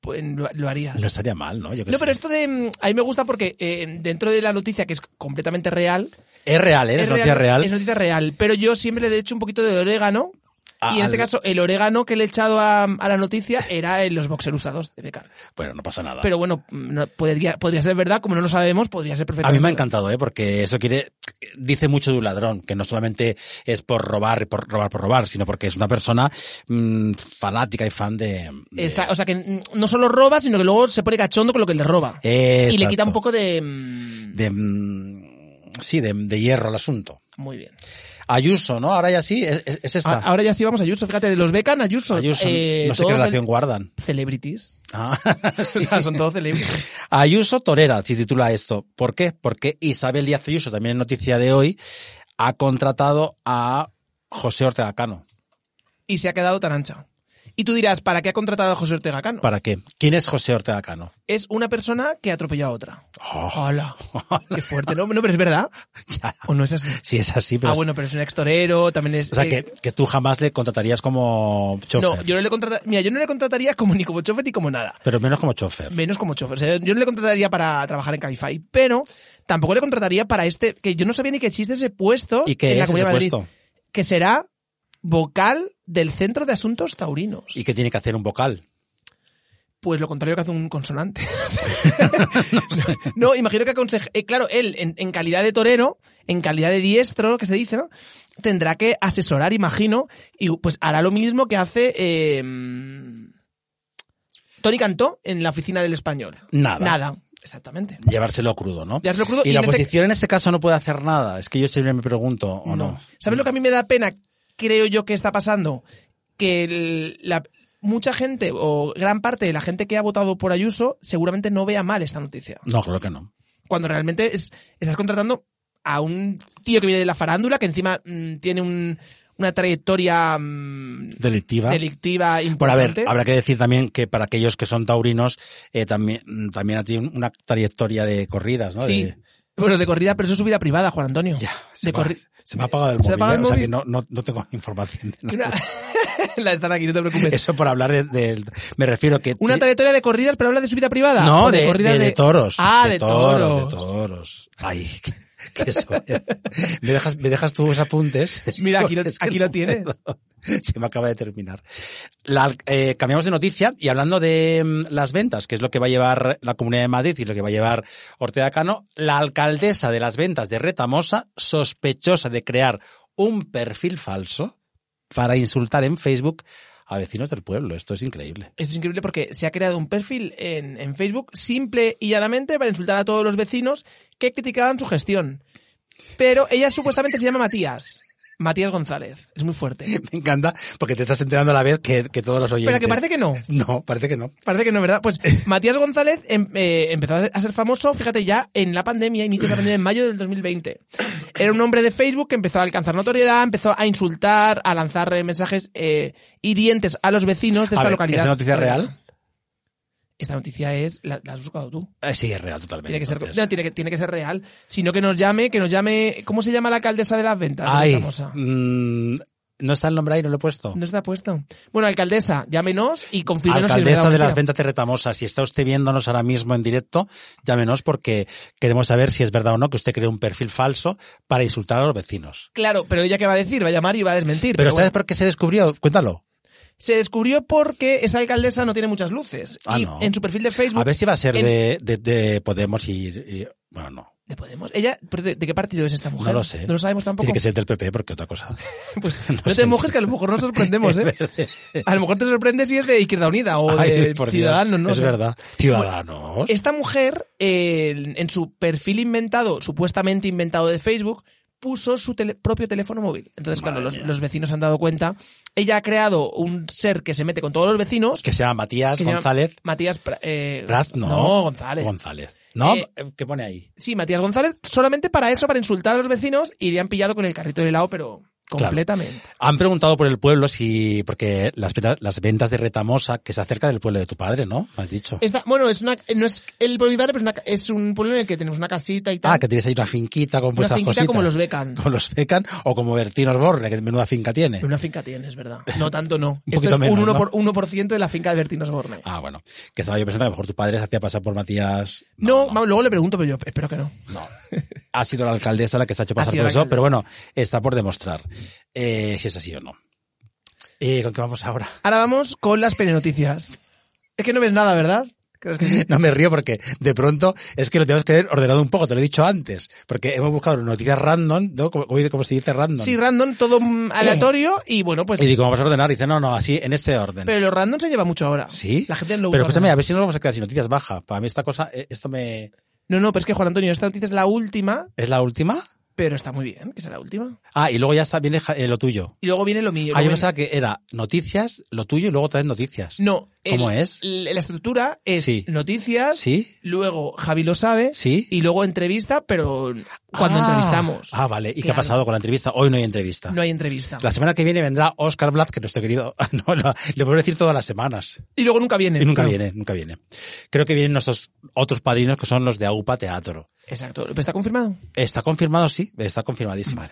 E: Pues lo, lo harías.
D: no estaría mal, ¿no? Yo qué
E: No,
D: sé.
E: pero esto de. mm, A mí me gusta porque eh, dentro de la noticia, que es completamente real.
D: Es real, ¿eh? Es noticia real.
E: Es noticia real. Pero yo siempre le he hecho un poquito de orégano.
D: Ah,
E: y en este
D: al-
E: caso, el orégano que le he echado a, a la noticia era en los boxer usados de Beckham.
D: Bueno, no pasa nada.
E: Pero bueno, no- podría, podría ser verdad, como no lo sabemos, podría ser
D: a
E: perfectamente.
D: mí me ha encantado, ¿eh? Porque eso quiere, dice mucho de un ladrón, que no solamente es por robar y por robar por robar, sino porque es una persona mm, fanática y fan de... de-
E: Esa- o sea, que mm, no solo roba, sino que luego se pone cachondo con lo que le roba. Y le
D: Eh, Exacto.
E: quita un poco de... mm,
D: de, mm, sí, de, de hierro al asunto.
E: Muy bien.
D: Ayuso, ¿no? Ahora ya sí, es, es- es esta.
E: A- Ahora ya sí vamos a Ayuso. Fíjate, de los Beckham, Ayuso.
D: Ayuso,
E: eh,
D: no sé
E: todos
D: qué relación
E: cel-
D: guardan.
E: Celebrities.
D: Ah,
E: O sea, son todos celebrities.
D: Ayuso Torera se titula esto. ¿Por qué? Porque Isabel Díaz Ayuso, también en noticia de hoy, ha contratado a José Ortega Cano.
E: Y se ha quedado tan ancha. Y tú dirás, ¿para qué ha contratado a José Ortega Cano?
D: ¿Para qué? ¿Quién es José Ortega Cano?
E: es una persona que atropelló a otra.
D: Ah.
E: ¡Hala! ¡Qué fuerte! No, no, pero es verdad. ¿O no es así?
D: Si es así, pero...
E: Ah,
D: es-
E: bueno, pero es un extorero, también es...
D: O sea,
E: eh,
D: que, que tú jamás le contratarías como chofer.
E: no, yo no le contrata- Mira, yo no le contrataría como ni como chofer ni como nada.
D: Pero menos como chofer.
E: Menos como chofer. O sea, yo no le contrataría para trabajar en Cabify, pero tampoco le contrataría para este... Que yo no sabía ni que existe ese puesto
D: ¿Y qué
E: en la
D: es ese
E: Comunidad de Madrid.
D: puesto?
E: Que será vocal del Centro de Asuntos Taurinos.
D: ¿Y que tiene que hacer un vocal?
E: Pues lo contrario que hace un consonante. no, imagino que aconseja. eh, claro, él, en, en calidad de torero, en calidad de diestro, que se dice, ¿no? Tendrá que asesorar, imagino, y pues hará lo mismo que hace eh, Tony Cantó en la oficina del español.
D: Nada.
E: Nada, exactamente.
D: Llevárselo crudo, ¿no?
E: Llevárselo crudo
D: y,
E: y
D: la
E: en este-
D: oposición en este caso no puede hacer nada. Es que yo siempre me pregunto, ¿o no?
E: ¿Sabes lo que a mí me da pena? Creo yo que está pasando. Que el- la, mucha gente o gran parte de la gente que ha votado por Ayuso seguramente no vea mal esta noticia.
D: No, claro que no.
E: Cuando realmente es, estás contratando a un tío que viene de la farándula, que encima mm, tiene un- una trayectoria mm,
D: Delictiva.
E: delictiva
D: Bueno, a ver,
E: importante.
D: habrá que decir también que para aquellos que son taurinos, eh, también, también ha tenido una trayectoria de corridas, ¿no?
E: sí.
D: De-
E: Bueno, de corrida, pero eso es su vida privada, Juan Antonio.
D: ya, se,
E: De
D: me ha-
E: corri-
D: se me ha apagado el
E: ¿Se
D: móvil,
E: te apaga
D: ¿eh?
E: el
D: o sea
E: móvil?
D: que no, no, no tengo información. de
E: Que
D: nada.
E: una- la están aquí, no te preocupes.
D: Eso por hablar de, del- me refiero que...
E: Una trayectoria de corridas, pero habla de su vida privada.
D: No,
E: ¿O
D: de,
E: corridas
D: de- de toros.
E: Ah, de,
D: De
E: toros.
D: toros. Ay, qué, qué soez. me, dejas, me dejas tus apuntes.
E: Mira, aquí lo-
D: Es que
E: aquí lo tienes.
D: puedo. Se me acaba de terminar. La- eh, cambiamos de noticia y hablando de mm, las ventas, que es lo que va a llevar la Comunidad de Madrid y lo que va a llevar Ortega Cano, la alcaldesa de las ventas de Retamosa, sospechosa de crear un perfil falso para insultar en Facebook a vecinos del pueblo. Esto es increíble.
E: Esto es increíble porque se ha creado un perfil en, en Facebook simple y llanamente para insultar a todos los vecinos que criticaban su gestión. Pero ella supuestamente se llama Matías. Matías González. Es muy fuerte.
D: Me encanta porque te estás enterando a la vez que, que todos los oyentes.
E: Pero que parece que no.
D: No, parece que no.
E: Parece que no, ¿verdad? Pues Matías González em- eh, empezó a ser famoso, fíjate, ya en la pandemia, inicio de la pandemia en mayo del 2020. Era un hombre de Facebook que empezó a alcanzar notoriedad, empezó a insultar, a lanzar eh, mensajes eh, hirientes a los vecinos
D: A
E: de esta
D: ver,
E: localidad.
D: ¿esa noticia es real?
E: Esta noticia es, la, la has buscado tú.
D: Eh, sí, es real totalmente.
E: Tiene que, ser,
D: entonces.
E: no, tiene, que, tiene que ser real. Sino que nos llame, que nos llame. ¿Cómo se llama la alcaldesa de las ventas? la
D: Ay,
E: famosa?
D: mm, no está el nombre ahí, no lo he puesto.
E: No está puesto. Bueno, alcaldesa, llámenos y confirmenos si es
D: Alcaldesa
E: verdad o
D: de las
E: mentira.
D: ventas de Retamosa, si está usted viéndonos ahora mismo en directo, llámenos porque queremos saber si es verdad o no que usted creó un perfil falso para insultar a los vecinos.
E: Claro, pero ella qué va a decir, va a llamar y va a desmentir.
D: Pero, ¿sabes
E: bueno.
D: por qué se descubrió? Cuéntalo.
E: Se descubrió porque esta alcaldesa no tiene muchas luces.
D: Ah,
E: y
D: no.
E: en su perfil de Facebook.
D: A ver si va a ser
E: en-
D: de, de- de Podemos y, y- Bueno, no.
E: ¿De Podemos? Ella, pero ¿de, de qué partido es esta mujer?
D: No lo sé.
E: No lo sabemos tampoco.
D: Tiene que ser del PP porque otra cosa.
E: Pues no, te
D: sé.
E: mojes que a lo mejor nos sorprendemos, ¿eh? A lo mejor te sorprende si es de Izquierda Unida o
D: Ay,
E: de
D: por Dios,
E: Ciudadanos, ¿no?
D: Es
E: sé.
D: verdad. Ciudadanos.
E: Esta mujer, eh, en, en su perfil inventado, supuestamente inventado de Facebook, puso su tele- propio teléfono móvil. Entonces, claro, los, los vecinos se han dado cuenta. Ella ha creado un ser que se mete con todos los vecinos.
D: que se llama Matías
E: que se llama
D: González.
E: Matías Pra- eh,
D: Praz, no.
E: No, González.
D: González. No,
E: Eh,
D: ¿qué pone ahí?
E: Sí, Matías González, solamente para eso, para insultar a los vecinos, y le han pillado con el carrito de helado, pero
D: Claro.
E: completamente.
D: Han preguntado por el pueblo si, porque las, venta- las ventas de Retamosa, que se acerca del pueblo de tu padre, ¿no? Me has dicho.
E: Está- bueno, es una, no es el pueblo de mi padre, pero es, una- es un pueblo en el que tenemos una casita y tal.
D: Ah, que tienes ahí una finquita con
E: una
D: vuestras
E: finquita
D: cositas.
E: como los becan.
D: Como los becan o como Bertinos Borne, que menuda finca tiene.
E: Una finca tienes, ¿verdad? No tanto, no. Esto
D: poquito
E: es
D: menos,
E: un 1%,
D: ¿no?
E: por, 1% de la finca de Bertinos Borne.
D: Ah, bueno. Que estaba yo pensando que a lo mejor tu padre se hacía pasar por Matías.
E: no, vamos, luego le pregunto, pero yo espero que no.
D: Ha sido la alcaldesa la que se ha hecho pasar
E: sido
D: por
E: la
D: eso,
E: alcaldesa.
D: pero bueno, está por demostrar eh, si es así o no. Eh, ¿Con qué vamos ahora?
E: Ahora vamos con las perenoticias. Es que no ves nada, ¿verdad? ¿Crees que sí?
D: No me río porque de pronto es que lo tenemos que haber ordenado un poco, te lo he dicho antes, porque hemos buscado noticias random, ¿no? Como, como dice- como se dice random.
E: Sí, random, todo mm, aleatorio, y bueno, pues...
D: y digo, vamos a ordenar, y dice, no, no, así, en este orden.
E: Pero lo random se lleva mucho ahora.
D: sí.
E: La gente lo
D: Pero
E: usa
D: escúchame, a ver si nos vamos a quedar sin noticias baja. Para mí esta cosa, eh, esto me...
E: No, no, pero es que Juan Antonio, esta noticia es la última,
D: ¿Es la última?
E: pero está muy bien, que sea la última.
D: Ah, y luego ya está, viene ja- eh, lo tuyo.
E: Y luego viene lo mío.
D: Ah, yo
E: luego viene-
D: pensaba que era noticias, lo tuyo, y luego otra vez noticias.
E: No.
D: ¿Cómo
E: el-
D: es?
E: l- La estructura es
D: Sí.
E: noticias,
D: Sí.
E: luego Javi lo sabe,
D: Sí.
E: y luego entrevista, pero cuando
D: Ah.
E: entrevistamos.
D: Ah, vale. ¿Y qué ha
E: Claro,
D: pasado con la entrevista? Hoy no hay entrevista.
E: No hay entrevista.
D: La semana que viene vendrá Oscar Blatt, que nuestro querido... No, no, le puedo decir todas las semanas.
E: Y luego nunca viene.
D: Y nunca
E: No.
D: viene, nunca viene. Creo que vienen nuestros otros padrinos que son los de AUPA Teatro.
E: Exacto. ¿Pero ¿Está confirmado?
D: ¿Está confirmado? Sí, está confirmadísimo.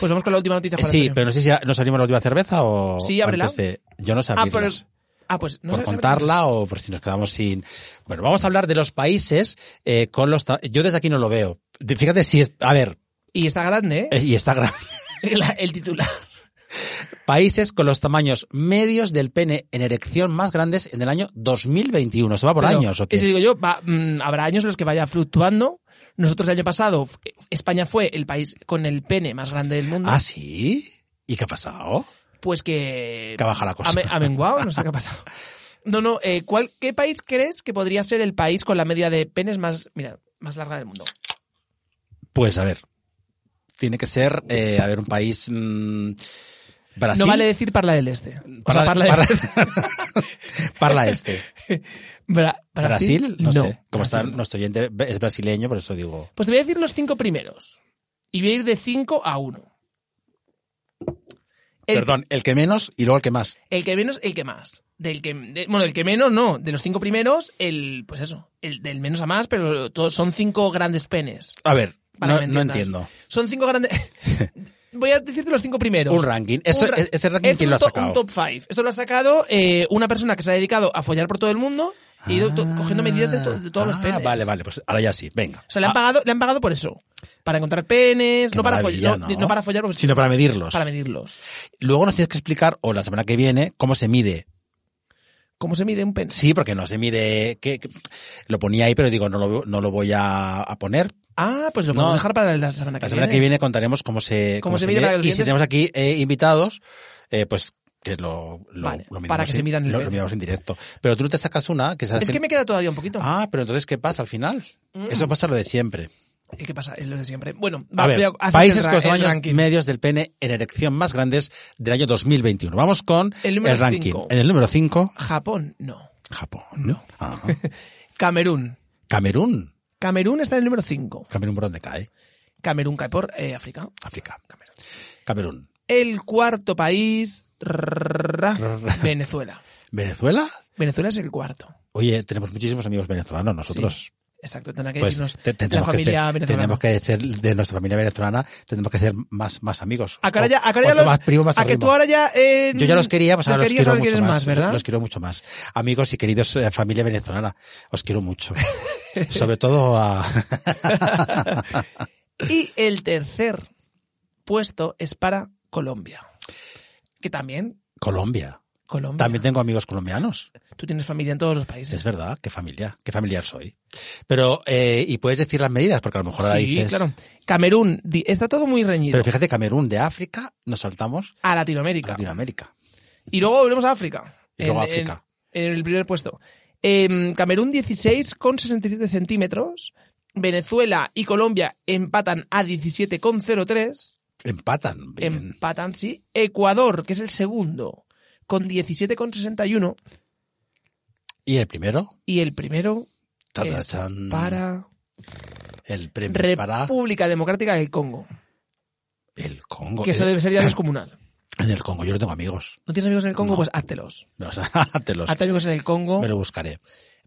E: Pues vamos con la última noticia.
D: Eh,
E: Juan
D: Sí,
E: Antonio.
D: pero no sé si ya nos abrimos la última cerveza o...
E: Sí, ábrela.
D: antes de- Yo no sé
E: Ah, pero-
D: abrirlas.
E: Ah, pues no
D: por
E: sabes-
D: contarla o por si nos quedamos sin... Bueno, vamos a hablar de los países eh, con los... ta- Yo desde aquí no lo veo. De- Fíjate si es... A ver,
E: Y está grande, ¿eh?
D: eh, y está grande.
E: La- el titular.
D: Países con los tamaños medios del pene en erección más grandes en el año 2021. ¿Esto va por
E: Pero,
D: años o qué?
E: Y si digo yo, va, mm, habrá años en los que vaya fluctuando. Nosotros el año pasado, f- España fue el país con el pene más grande del mundo.
D: Ah, ¿sí? ¿Y qué ha pasado?
E: pues que...
D: Que baja la cosa.
E: ame- Ha, menguado, no sé qué ha pasado. No, no, eh, ¿cuál, ¿qué país crees que podría ser el país con la media de penes más, mira, más larga del mundo?
D: Pues a ver, tiene que ser, eh, a ver, un país... mm, Brasil.
E: No vale decir Parla del Este. O sea,
D: Parla,
E: Parla de-
D: parla- parla este.
E: Bra-
D: Brasil, no, sé. Como
E: Brasil
D: está
E: no.
D: nuestro oyente es brasileño, por eso digo.
E: Pues te voy a decir los cinco primeros. Y voy a ir de cinco a uno. El,
D: Perdón, el que menos y luego el que más.
E: El que menos, el que más. Del que, de- bueno, el que menos no. De los cinco primeros, el, pues eso, el del menos a más, pero todos, son cinco grandes penes.
D: A ver,
E: para
D: no,
E: que me
D: no
E: entiendas.
D: entiendo.
E: Son cinco grandes. Voy a decirte los cinco primeros.
D: Un ranking. Esto-
E: ra-
D: este ranking,
E: Esto
D: ¿quién
E: es
D: lo ha
E: un to-
D: sacado?
E: Un top five. Esto lo ha sacado eh, una persona que se ha dedicado a follar por todo el mundo y ido to- cogiendo medidas de, to- de todos los
D: Ah,
E: penes.
D: Vale, vale, pues ahora ya sí, venga.
E: O sea, le han,
D: Ah,
E: pagado, le han pagado por eso. Para encontrar penes,
D: qué
E: no para,
D: maravilla,
E: follar, no, no para follar, porque
D: sino para medirlos.
E: para medirlos.
D: Luego nos tienes que explicar, o la semana que viene, cómo se mide.
E: ¿Cómo se mide un pene?
D: Sí, porque no se mide. Que, que- lo ponía ahí, pero digo, no lo, no lo voy a, a poner.
E: Ah, pues lo
D: No.
E: podemos dejar para la semana que
D: La semana
E: viene.
D: que viene contaremos cómo se,
E: Cómo se mide para los
D: y si
E: dientes.
D: tenemos aquí eh, invitados, eh, pues que lo, lo,
E: Vale,
D: lo
E: para que
D: en-
E: se midan el
D: lo, lo
E: pene.
D: miramos en directo. Pero tú te sacas una que se
E: Es
D: hace-
E: que me queda todavía un poquito.
D: Ah, pero entonces, ¿qué pasa al final? Eso pasa lo de siempre.
E: ¿Y ¿Qué pasa? Es lo de siempre. Bueno,
D: A
E: va, voy
D: ver,
E: hacer
D: países
E: el
D: con los
E: ra- el
D: tamaños
E: ranking.
D: medios del pene en erección más grandes del año 2021. Vamos con
E: El número
D: ranking.
E: cinco.
D: En el número 5,
E: Japón, no.
D: Japón. ¿no? Ajá.
E: Camerún.
D: Camerún.
E: Camerún está en el número 5.
D: Camerún, ¿por dónde cae?
E: Camerún cae por eh, África.
D: África. Camerún.
E: El cuarto país. ra- Venezuela.
D: ¿Venezuela?
E: Venezuela es el cuarto.
D: Oye, tenemos muchísimos amigos venezolanos nosotros.
E: Exacto, tendrá que
D: pues
E: decirnos
D: te-
E: la
D: tendremos, que
E: familia
D: ser,
E: venezolana.
D: tendremos que ser de nuestra familia venezolana, tendremos que ser más, más amigos.
E: A que ahora ya, a que ahora
D: Cuanto
E: ya los-
D: más primo, más
E: a que
D: arrimo.
E: tú ahora ya. eh,
D: Yo ya los quería, pues
E: los
D: ahora los
E: querías,
D: quiero
E: ahora
D: mucho
E: quieres
D: más.
E: más, ¿verdad?
D: Los quiero mucho más. Amigos y queridos eh, familia venezolana, os quiero mucho. Sobre todo a...
E: Y el tercer puesto es para Colombia. Que también,
D: Colombia.
E: Colombia.
D: También tengo amigos colombianos.
E: Tú tienes familia en todos los países.
D: Es verdad, qué familia, qué familiar soy. Pero, eh, y puedes decir las medidas, porque a lo mejor ahora
E: sí,
D: dices...
E: claro. Camerún, di- está todo muy reñido.
D: Pero fíjate, Camerún de África, nos saltamos
E: A
D: a
E: Latinoamérica.
D: Latinoamérica.
E: Y luego volvemos a África.
D: Y luego África.
E: En, el primer puesto. Em, Camerún 16,67 centímetros. Venezuela y Colombia empatan a 17,03.
D: Empatan. bien.
E: Empatan, sí. Ecuador, que es el segundo, con 17,61.
D: Y el primero,
E: Y el primero es
D: Tadachán.
E: para
D: el premio es para
E: República Democrática del Congo.
D: el Congo.
E: Que eso
D: Eh,
E: debe ser ya descomunal.
D: En el Congo, yo no tengo amigos.
E: ¿No tienes amigos en el Congo?
D: No.
E: Pues háztelos.
D: No, o sea, te los,
E: Hazte amigos en el Congo.
D: me lo buscaré.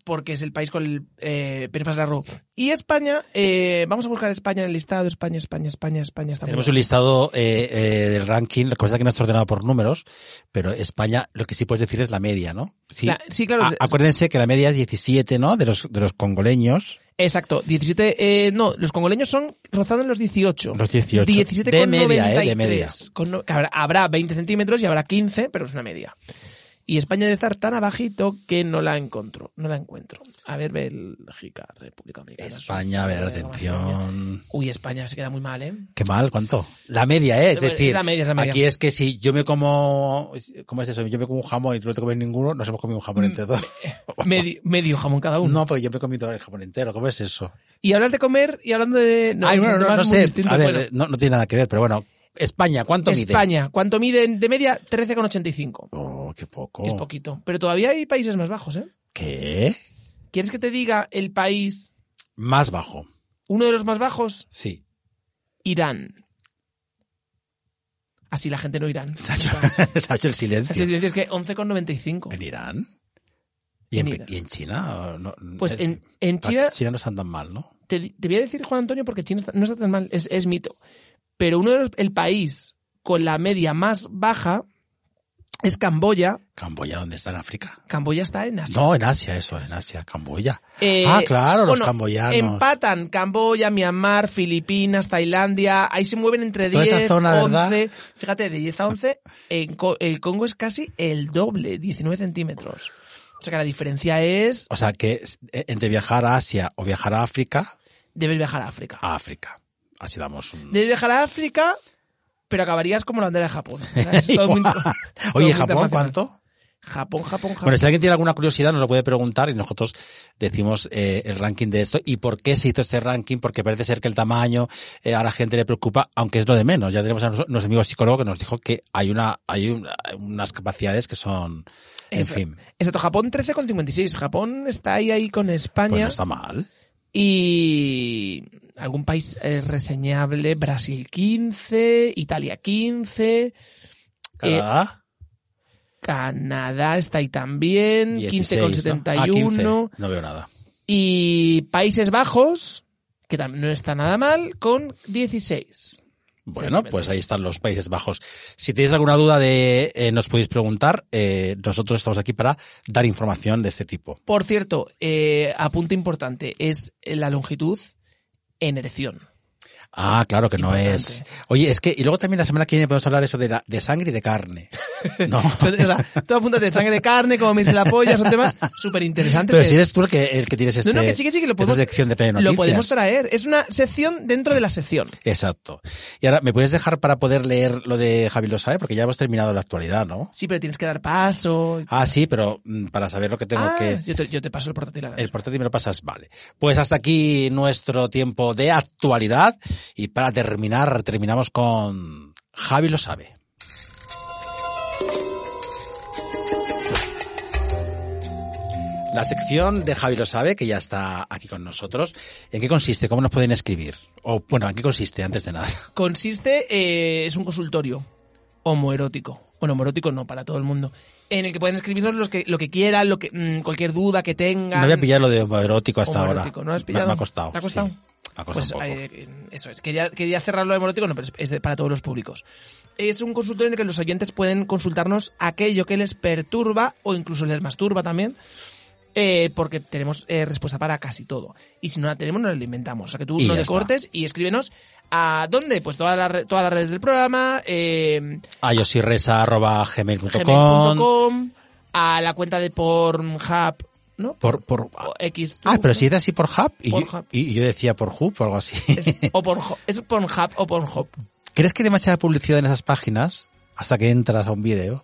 E: porque es el país con el eh, pene más largo. Y España, eh, vamos a buscar España en el listado, España, España, España, España. Está muy
D: Tenemos
E: bien.
D: un listado eh, eh, del ranking, lo que pasa es que no está ordenado por números, pero España lo que sí puedes decir es la media, ¿no? Sí,
E: La- sí, claro.
D: A- acuérdense que la media es 17, ¿no? De los, de los congoleños.
E: Exacto, 17, eh, no, los congoleños son rozando en los 18.
D: Los 18.
E: 17
D: De
E: con
D: media, eh, de
E: 93,
D: media.
E: con no- que habrá, habrá 20 centímetros y habrá 15, pero es una media. Y España debe estar tan abajito que no la encuentro, no la encuentro. A ver, Bélgica, República Dominicana.
D: España, a ver, atención.
E: Uy, España se queda muy mal, ¿eh?
D: Qué mal, ¿cuánto? La media, ¿eh? Es
E: Bueno,
D: decir,
E: es la media, es la media.
D: aquí es que si yo me como, ¿cómo es eso? Yo me como un jamón y tú no te comes ninguno, nos hemos comido un
E: Mm.
D: jamón entre dos.
E: Medi- medio jamón cada uno.
D: No, porque yo me he comido el jamón entero, ¿cómo es eso?
E: Y hablas de comer y hablando de... no,
D: Ay,
E: son
D: bueno, no,
E: temas
D: no
E: muy
D: sé,
E: distintos.
D: a ver,
E: Bueno,
D: eh, no, no tiene nada que ver, pero bueno, España, ¿cuánto mide?
E: España, ¿cuánto miden de media? 13,85.
D: Oh, qué poco.
E: Es poquito. Pero todavía hay países más bajos, ¿eh?
D: ¿Qué?
E: ¿Quieres que te diga el país,
D: Más bajo,
E: uno de los más bajos?
D: sí.
E: Irán. Así la gente no irán.
D: Se ha hecho, se ha hecho el silencio.
E: Es que 11,95.
D: ¿En Irán? ¿Y en,
E: En Irán.
D: y en China? ¿O no?
E: Pues
D: Es-
E: en, en
D: ah,
E: China,
D: China no están tan mal, ¿no?
E: te, te voy a decir, Juan Antonio, porque China está- no está tan mal, es, es mito. Pero uno de los, el país con la media más baja es Camboya.
D: Camboya, ¿dónde está en África?
E: Camboya está en Asia.
D: No, en Asia, eso, en Asia, Camboya.
E: Eh,
D: ah, claro, los
E: bueno,
D: camboyanos.
E: Empatan Camboya, Myanmar, Filipinas, Tailandia. Ahí se mueven entre
D: Toda
E: 10,
D: esa zona,
E: 11.
D: ¿verdad?
E: Fíjate, de 10 a 11, en Co- el Congo es casi el doble, 19 centímetros. O sea que la diferencia es,
D: O sea, que es- eh, entre viajar a Asia o viajar a África,
E: debes viajar a África.
D: a África. Así damos un...
E: Debes viajar a África, pero acabarías como la bandera de Japón. ¿sabes? Todo
D: Igual.
E: muy- todo muy
D: Oye,
E: internacional.
D: ¿Japón cuánto?
E: Japón, Japón, Japón.
D: Bueno, si alguien tiene alguna curiosidad nos lo puede preguntar y nosotros decimos eh, el ranking de esto y por qué se hizo este ranking, porque parece ser que el tamaño eh, a la gente le preocupa, aunque es lo de menos. Ya tenemos a nos- nuestro amigo psicólogo que nos dijo que hay una hay una- unas capacidades que son, en
E: Es-
D: fin,
E: Exacto, Japón 13,56. Japón está ahí, ahí con
D: pues
E: España.
D: no está mal.
E: Y algún país eh, reseñable, Brasil 15, Italia eh, 15, eh,
D: Canadá,
E: Canadá está ahí también,
D: 16,
E: 15,71.
D: ¿no? Ah, 15. no veo nada.
E: Y Países Bajos, que también no está nada mal, con 16.
D: Bueno, pues ahí están los Países Bajos. Si tenéis alguna duda de, eh, nos podéis preguntar. eh, nosotros estamos aquí para dar información de este tipo.
E: Por cierto, eh, apunte importante, es la longitud en erección.
D: Ah, claro que no
E: Importante.
D: es. Oye, es que y luego también la semana que viene podemos hablar eso de la, de sangre y de carne. No.
E: O sea, tú apúntate de sangre de carne, como me dice la polla, son temas súper interesantes.
D: Pero si eres tú el que, el que tienes este,
E: No, no, que sí, que sí, que lo
D: esta
E: podemos,
D: sección de P de
E: lo
D: noticias.
E: podemos traer. Es una sección dentro de la sección.
D: Exacto. Y ahora, ¿me puedes dejar para poder leer lo de Javi lo sabe? Porque ya hemos terminado la actualidad, ¿no?
E: Sí, pero tienes que dar paso.
D: Ah, sí, pero mm, para saber lo que tengo
E: Ah,
D: que...
E: yo, te, yo te paso el portátil ahora.
D: El portátil me lo pasas, vale. Pues hasta aquí nuestro tiempo de actualidad. Y para terminar, terminamos con Javi lo sabe. La sección de Javi lo sabe, que ya está aquí con nosotros. ¿En qué consiste? ¿Cómo nos pueden escribir? O, bueno, ¿en qué consiste? Antes de nada.
E: Consiste, eh, es un consultorio homoerótico. Bueno, homoerótico no, para todo el mundo. En el que pueden escribirnos los que, lo que quieran, lo que, mm, cualquier duda que tengan.
D: No había pillado lo de homoerótico hasta
E: Homoerótico,
D: ahora.
E: ¿no lo has
D: Me-
E: pillado?
D: Me, ha costado.
E: ¿Te ha costado?
D: sí. Me ha costado
E: Pues
D: un poco.
E: eh, eso es. Quería, quería cerrarlo de morótico, no, pero es- es de- para todos los públicos. Es un consultorio en el que los oyentes pueden consultarnos aquello que les perturba o incluso les masturba también. eh, porque tenemos eh, respuesta para casi todo. Y si no la tenemos, nos la inventamos. O sea que tú
D: Y
E: no
D: ya
E: te
D: está.
E: cortes y escríbenos a dónde. Pues todas las re- todas las redes del programa, eh,
D: A yosirresa@gmail.com.
E: gmail.com, a la cuenta de Pornhub, ¿no?
D: Por, por,
E: O X.
D: Ah, pero si era así por Hub. Y,
E: Por
D: yo,
E: Hub.
D: y yo decía por Hub o algo así.
E: Es, o Pornhub, es Pornhub o Pornhub.
D: ¿Crees que hay demasiada publicidad en esas páginas hasta que entras a un vídeo?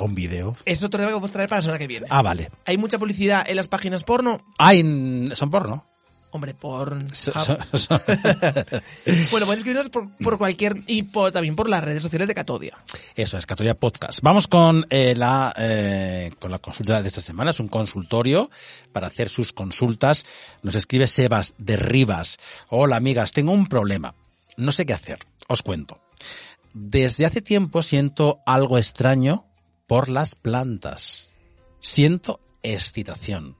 D: ¿A un vídeo?
E: Es otro tema que podemos traer para la semana que viene.
D: Ah, vale.
E: Hay mucha publicidad en las páginas porno.
D: Ah, en- son porno.
E: Hombre, porn.
D: So-
E: Ah,
D: so- so-
E: Bueno, pueden escribirnos por, por cualquier y por- también por las redes sociales de Catodia.
D: Eso es, Catodia Podcast. Vamos con eh, la eh, con la consulta de esta semana. Es un consultorio para hacer sus consultas. Nos escribe Sebas de Rivas. Hola amigas, tengo un problema. No sé qué hacer. Os cuento. Desde hace tiempo siento algo extraño por las plantas. Siento excitación.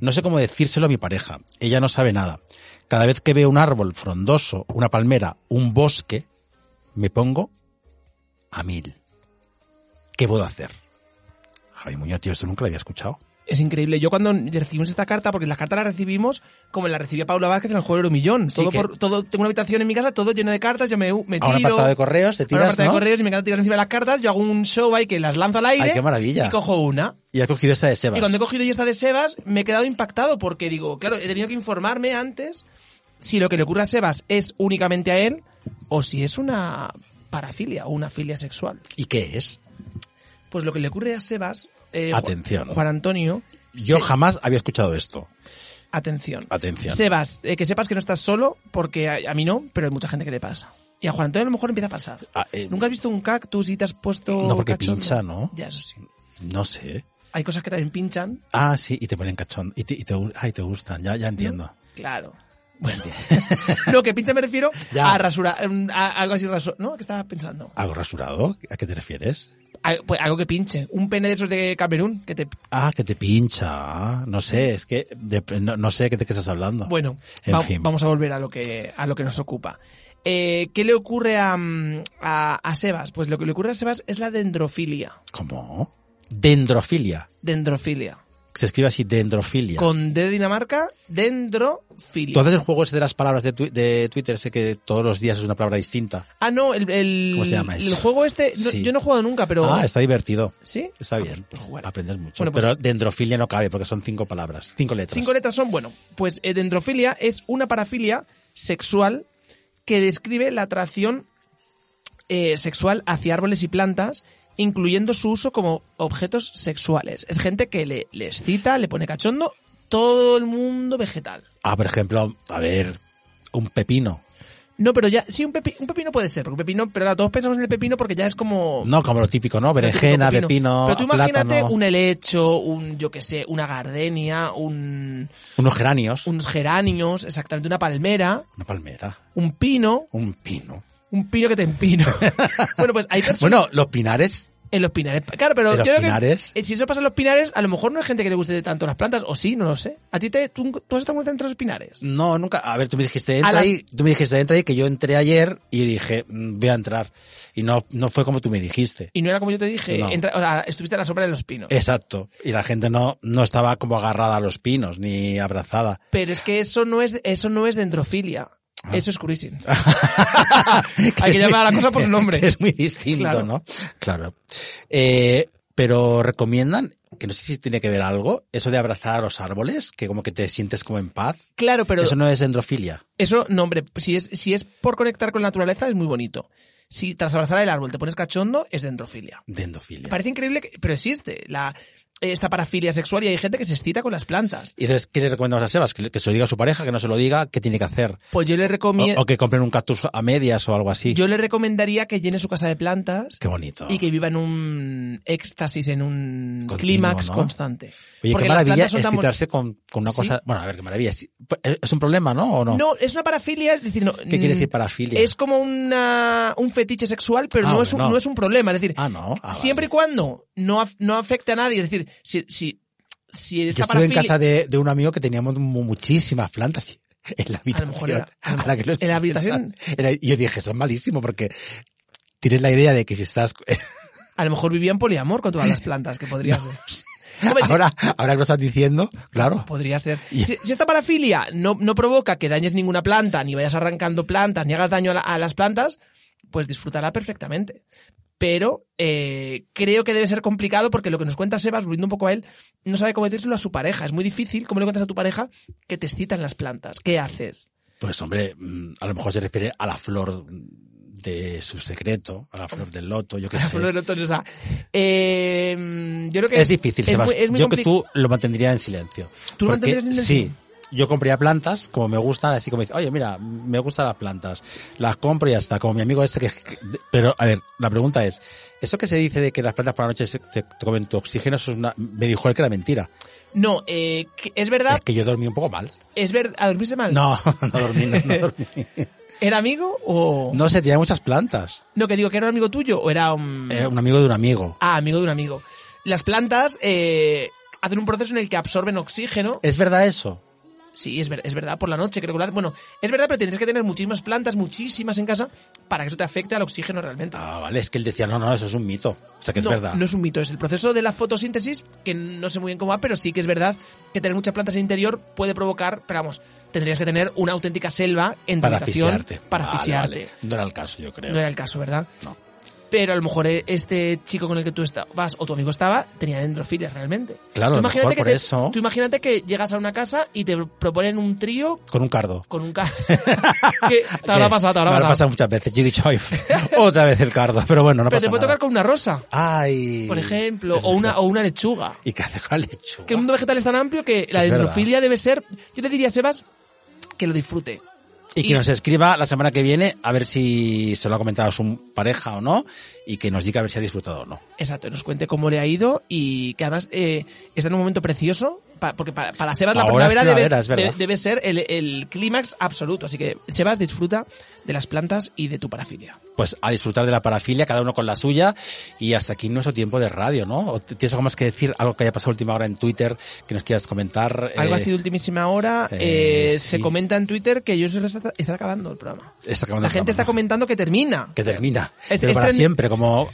D: No sé cómo decírselo a mi pareja. Ella no sabe nada. Cada vez que veo un árbol frondoso, una palmera, un bosque, me pongo a mil. ¿Qué puedo hacer? Javi Muñoz, tío, esto nunca lo había escuchado.
E: Es increíble. Yo cuando recibimos esta carta, porque la carta la recibimos como la recibió Paula Vázquez en el juego del Euromillón.
D: Sí
E: todo
D: que-
E: por, todo, tengo una habitación en mi casa, todo lleno de cartas, yo me, me tiro.
D: A un apartado de correos, te
E: a un
D: tiras,
E: apartado
D: ¿no?
E: de correos y me encanta tirar encima de las cartas, yo hago un show ahí que las lanzo al aire.
D: Ay, qué maravilla.
E: Y cojo una.
D: Y has cogido esta de Sebas.
E: Y cuando he cogido ya esta de Sebas, me he quedado impactado porque digo, claro, he tenido que informarme antes si lo que le ocurre a Sebas es únicamente a él o si es una parafilia o una filia sexual.
D: ¿Y qué es?
E: Pues lo que le ocurre a Sebas, eh, Ju-
D: Atención.
E: Juan Antonio,
D: Yo jamás había escuchado esto.
E: atención.
D: Atención.
E: Sebas, eh, que sepas que no estás solo porque a, a mí no, pero hay mucha gente que le pasa. Y a Juan Antonio a lo mejor empieza a pasar.
D: Ah, eh,
E: ¿Nunca has visto un cactus y te has puesto
D: No, porque
E: cachondo?
D: pincha, ¿no?
E: Ya, eso sí.
D: No sé. ¿eh?
E: Hay cosas que también pinchan.
D: Ah, sí, y te ponen cachón. Y te, y te, gu- ay, te gustan, ya, ya entiendo.
E: Claro. Bueno, lo que pincha me refiero
D: Ya.
E: a rasurar, em, a algo así rasu- ¿no? ¿Qué estaba pensando?
D: ¿Algo rasurado? ¿A qué te refieres?
E: Al- pues, algo que pinche, un pene de esos de Camerún que te...
D: Ah, que te pincha. Ah, No sé, es que de- no, no sé qué te qué estás hablando.
E: Bueno,
D: en
E: va-
D: fin.
E: vamos a volver a lo que, a lo que nos ocupa. Eh, ¿Qué le ocurre a, mm, a, a Sebas? Pues lo que le ocurre a Sebas es la dendrofilia.
D: ¿Cómo? Dendrofilia.
E: Dendrofilia.
D: Se escribe así, dendrofilia.
E: Con D de Dinamarca, dendrofilia.
D: ¿Tú haces el juego ese de las palabras de, twi- de Twitter, sé que todos los días es una palabra distinta?
E: ah, no, el, el,
D: ¿Cómo se llama eso?
E: el juego este, no-
D: Sí.
E: yo no he jugado nunca, pero...
D: Ah, está divertido.
E: ¿Sí?
D: Está
E: Ah,
D: bien.
E: pues- pues jugaré.
D: Aprendes mucho.
E: Bueno, pues-
D: Pero dendrofilia no cabe porque son cinco palabras, cinco letras.
E: Cinco letras son, bueno, pues eh, dendrofilia es una parafilia sexual que describe la atracción eh, sexual hacia árboles y plantas incluyendo su uso como objetos sexuales. Es gente que le, le excita, le pone cachondo, todo el mundo vegetal.
D: Ah, por ejemplo, a ver, un pepino.
E: No, pero ya, sí, un, pepi- un pepino puede ser, porque un pepino, pero ahora todos pensamos en el pepino porque ya es como...
D: No, como lo típico, ¿no?
E: Oh. lo típico
D: Berenjena, pepino,
E: Pero tú imagínate
D: plátano,
E: un helecho, un, yo qué sé, una gardenia, un,
D: unos geranios,
E: unos geranios, exactamente, una palmera,
D: una palmera,
E: un pino,
D: un pino.
E: un pino que te empino. bueno, pues hay personas...
D: Bueno, los pinares,
E: En los pinares. Claro, pero
D: ¿En los
E: yo creo
D: pinares?
E: que eh, si eso pasa en los pinares, a lo mejor no hay gente que le guste tanto las plantas, o sí, no lo sé. ¿A ti te, tú, tú has estado muy centrado en los pinares?
D: no, nunca. A ver, tú me dijiste, entra
E: A la-
D: ahí, tú me dijiste, entra ahí, que yo entré ayer y dije, mm, voy a entrar. Y no, no fue como tú me dijiste.
E: Y no era como yo te dije,
D: No. Eh.
E: entra- o sea, estuviste a la sombra de los pinos.
D: Exacto. Y la gente no, no estaba como agarrada a los pinos, ni abrazada.
E: Pero es que eso no es, eso no es dendrofilia.
D: Ah.
E: Eso es cruising. Hay que
D: es
E: llamar a la
D: muy-
E: cosa por su nombre.
D: que Es muy distinto,
E: Claro.
D: ¿no? Claro. Eh, pero recomiendan, que no sé si tiene que ver algo, eso de abrazar a los árboles, que como que te sientes como en paz.
E: Claro, pero
D: eso
E: eso, no...
D: no es endrofilia.
E: hombre, si es, si es por conectar con la naturaleza es muy bonito. Si tras abrazar el árbol te pones cachondo, es dendrofilia.
D: De endofilia.
E: Parece increíble, que- pero existe la, esta parafilia sexual y hay gente que se excita con las plantas.
D: Y entonces, ¿qué le recomendamos a Sebas? Que, le- que se lo diga a su pareja, que no se lo diga, ¿qué tiene que hacer?
E: Pues yo le
D: O,
E: recomiendo...
D: o que compren un cactus a medias o algo así.
E: Yo le recomendaría que llene su casa de plantas
D: Qué bonito.
E: y que viva en un éxtasis, en un
D: Continuo,
E: clímax
D: ¿no?
E: constante.
D: Oye,
E: Porque
D: qué
E: las
D: maravilla
E: plantas son tan bon-
D: excitarse con, con una
E: Sí.
D: cosa... Bueno, a ver, qué maravilla. Es- ¿Es un problema, no? ¿O no?
E: No, es una parafilia, es decir, no,
D: ¿Qué quiere decir
E: mm,
D: parafilia?
E: Es como una, un fetiche sexual, pero
D: Ah,
E: no, es un,
D: no.
E: no es un problema. Es decir,
D: Ah, no. Ah,
E: siempre
D: vale.
E: y cuando no, af- no afecte a nadie, es decir, si, si, si
D: Yo
E: esta
D: estuve en
E: parafilia...
D: casa de, de un amigo que teníamos mu- muchísimas plantas en la
E: A lo
D: habitación.
E: mejor era- a lo
D: Ahora que lo
E: mejor- en la
D: estoy
E: habitación.
D: pensando, era- y yo dije, eso es malísimo porque tienes la idea de que si estás...
E: A lo mejor vivía en poliamor con todas las plantas, que podría ser. Hombre, sí,
D: ahora, ahora que lo estás diciendo, claro.
E: Podría ser.
D: Y-
E: Si, si esta parafilia no, no provoca que dañes ninguna planta, ni vayas arrancando plantas, ni hagas daño a, la- a las plantas, pues disfrutará perfectamente. Pero eh, creo que debe ser complicado porque lo que nos cuenta Sebas, volviendo un poco a él, no sabe cómo decírselo a su pareja. Es muy difícil, ¿cómo le cuentas a tu pareja que te excitan las plantas? ¿Qué haces?
D: Pues hombre, mm, a lo mejor se refiere a la flor de su secreto, a la flor del loto, yo qué sé.
E: Bueno, entonces, o sea, eh, yo creo que
D: Es difícil, Sebas.
E: muy- es muy
D: yo que
E: compli-
D: tú lo mantendría en silencio.
E: ¿Tú lo
D: Porque
E: mantendrías en silencio?
D: Sí. Yo compraría plantas como me gustan, así como dice, oye, mira, me gustan las plantas. Las compro y ya está, como mi amigo este que... que- Pero, a ver, la pregunta es, ¿eso que se dice de que las plantas por la noche se, se comen tu oxígeno, eso es una... Me dijo él que era mentira.
E: No, eh, que- es verdad,
D: Es que yo dormí un poco mal.
E: es verdad. ¿Ah, ¿Dormiste mal?
D: No, no dormí, no, no dormí.
E: ¿Era amigo o...?
D: No sé, tenía muchas plantas.
E: No, que digo que era un amigo tuyo o era un...
D: Era un amigo de un amigo.
E: Ah, amigo de un amigo. Las plantas eh, hacen un proceso en el que absorben oxígeno.
D: ¿Es verdad eso?
E: Sí, es, ver- es verdad, por la noche creo que lo hacen. Bueno, es verdad, pero tendrías que tener muchísimas plantas, muchísimas en casa, para que eso te afecte al oxígeno realmente.
D: Ah, vale, es que él decía, no, no, eso es un mito. O sea que es
E: no,
D: verdad.
E: no es un mito, es el proceso de la fotosíntesis, que no sé muy bien cómo va, pero sí que es verdad que tener muchas plantas en el interior puede provocar, pero vamos, tendrías que tener una auténtica selva en tu
D: para
E: habitación
D: asfixiarte.
E: para
D: Vale,
E: asfixiarte.
D: vale. No era el caso, yo creo.
E: No era el caso, ¿verdad?
D: Eh, No.
E: Pero a lo mejor eh, este chico con el que tú estabas o tu amigo estaba tenía dendrofilia realmente.
D: Claro, a
E: Tú
D: lo mejor
E: que
D: por
E: te-
D: eso.
E: Tú imagínate que llegas a una casa y te proponen un trío
D: Con un cardo.
E: con un carro. te habrá
D: ¿Qué? Me
E: pasado, te habrá pasado.
D: habrá pasado muchas veces. Yo he dicho, "Ay, otra vez el cardo. Pero bueno, no
E: Pero te
D: pasa
E: puede
D: nada.
E: tocar con una rosa,
D: Ay.
E: por ejemplo,
D: Es
E: o una,
D: verdad.
E: o una lechuga.
D: ¿Y qué hace con la lechuga?
E: Que el mundo vegetal es tan amplio que la
D: Es verdad.
E: dendrofilia debe ser. Yo le diría a Sebas que lo disfrute.
D: Y que
E: y-
D: nos escriba la semana que viene a ver si se lo ha comentado a su pareja o no y que nos diga a ver si ha disfrutado o no.
E: Exacto, nos cuente cómo le ha ido y que además eh, está en un momento precioso, pa- porque para, para Sebas la
D: Ahora es
E: primavera debe,
D: primavera, es verdad.
E: de- debe ser el, el clímax absoluto. Así que Sebas disfruta de las plantas y de tu parafilia.
D: Pues a disfrutar de la parafilia, cada uno con la suya y hasta aquí nuestro tiempo de radio, ¿no? ¿O t- ¿Tienes algo más que decir? Algo que haya pasado última hora en Twitter que nos quieras comentar.
E: Algo
D: Eh,
E: así de ultimísima hora.
D: eh, sí.
E: eh, Se comenta en Twitter que yo está, está acabando el programa.
D: está acabando
E: La
D: el
E: gente
D: programa,
E: está
D: ¿no?
E: comentando que termina.
D: Que termina.
E: Es-
D: pero
E: es
D: para
E: tren-
D: siempre, como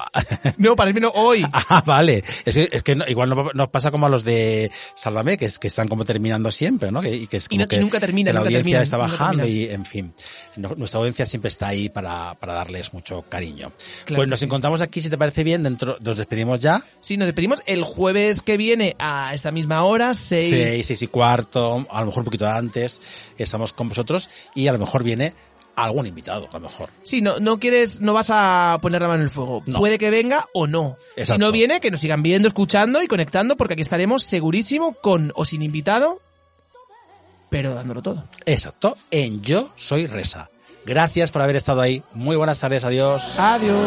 E: No, para mí no hoy.
D: Ah, vale. Es que, es que no- igual no- nos pasa como a los de Sálvame, que, es, que están como terminando siempre, ¿no? Que, y que es como
E: Y no- y
D: que
E: nunca termina,
D: que La
E: nunca
D: audiencia
E: termina,
D: está
E: nunca
D: bajando
E: termina.
D: y, en fin, no- nuestra audiencia siempre está ahí para, para darles mucho cariño.
E: Claro
D: pues
E: que
D: nos
E: sí.
D: encontramos aquí, si te parece bien, dentro, nos despedimos ya.
E: Sí, nos despedimos el jueves que viene a esta misma hora, seis.
D: Seis, seis y cuarto, a lo mejor un poquito antes, estamos con vosotros y a lo mejor viene algún invitado, a lo mejor.
E: Sí, no, no quieres, no vas a poner la mano en el fuego.
D: No.
E: Puede que venga o no.
D: Exacto.
E: Si no viene, que nos sigan viendo, escuchando y conectando, porque aquí estaremos segurísimo con o sin invitado, pero dándolo todo.
D: Exacto, en Yo Soy Resa. Gracias por haber estado ahí. Muy buenas tardes, adiós.
E: Adiós.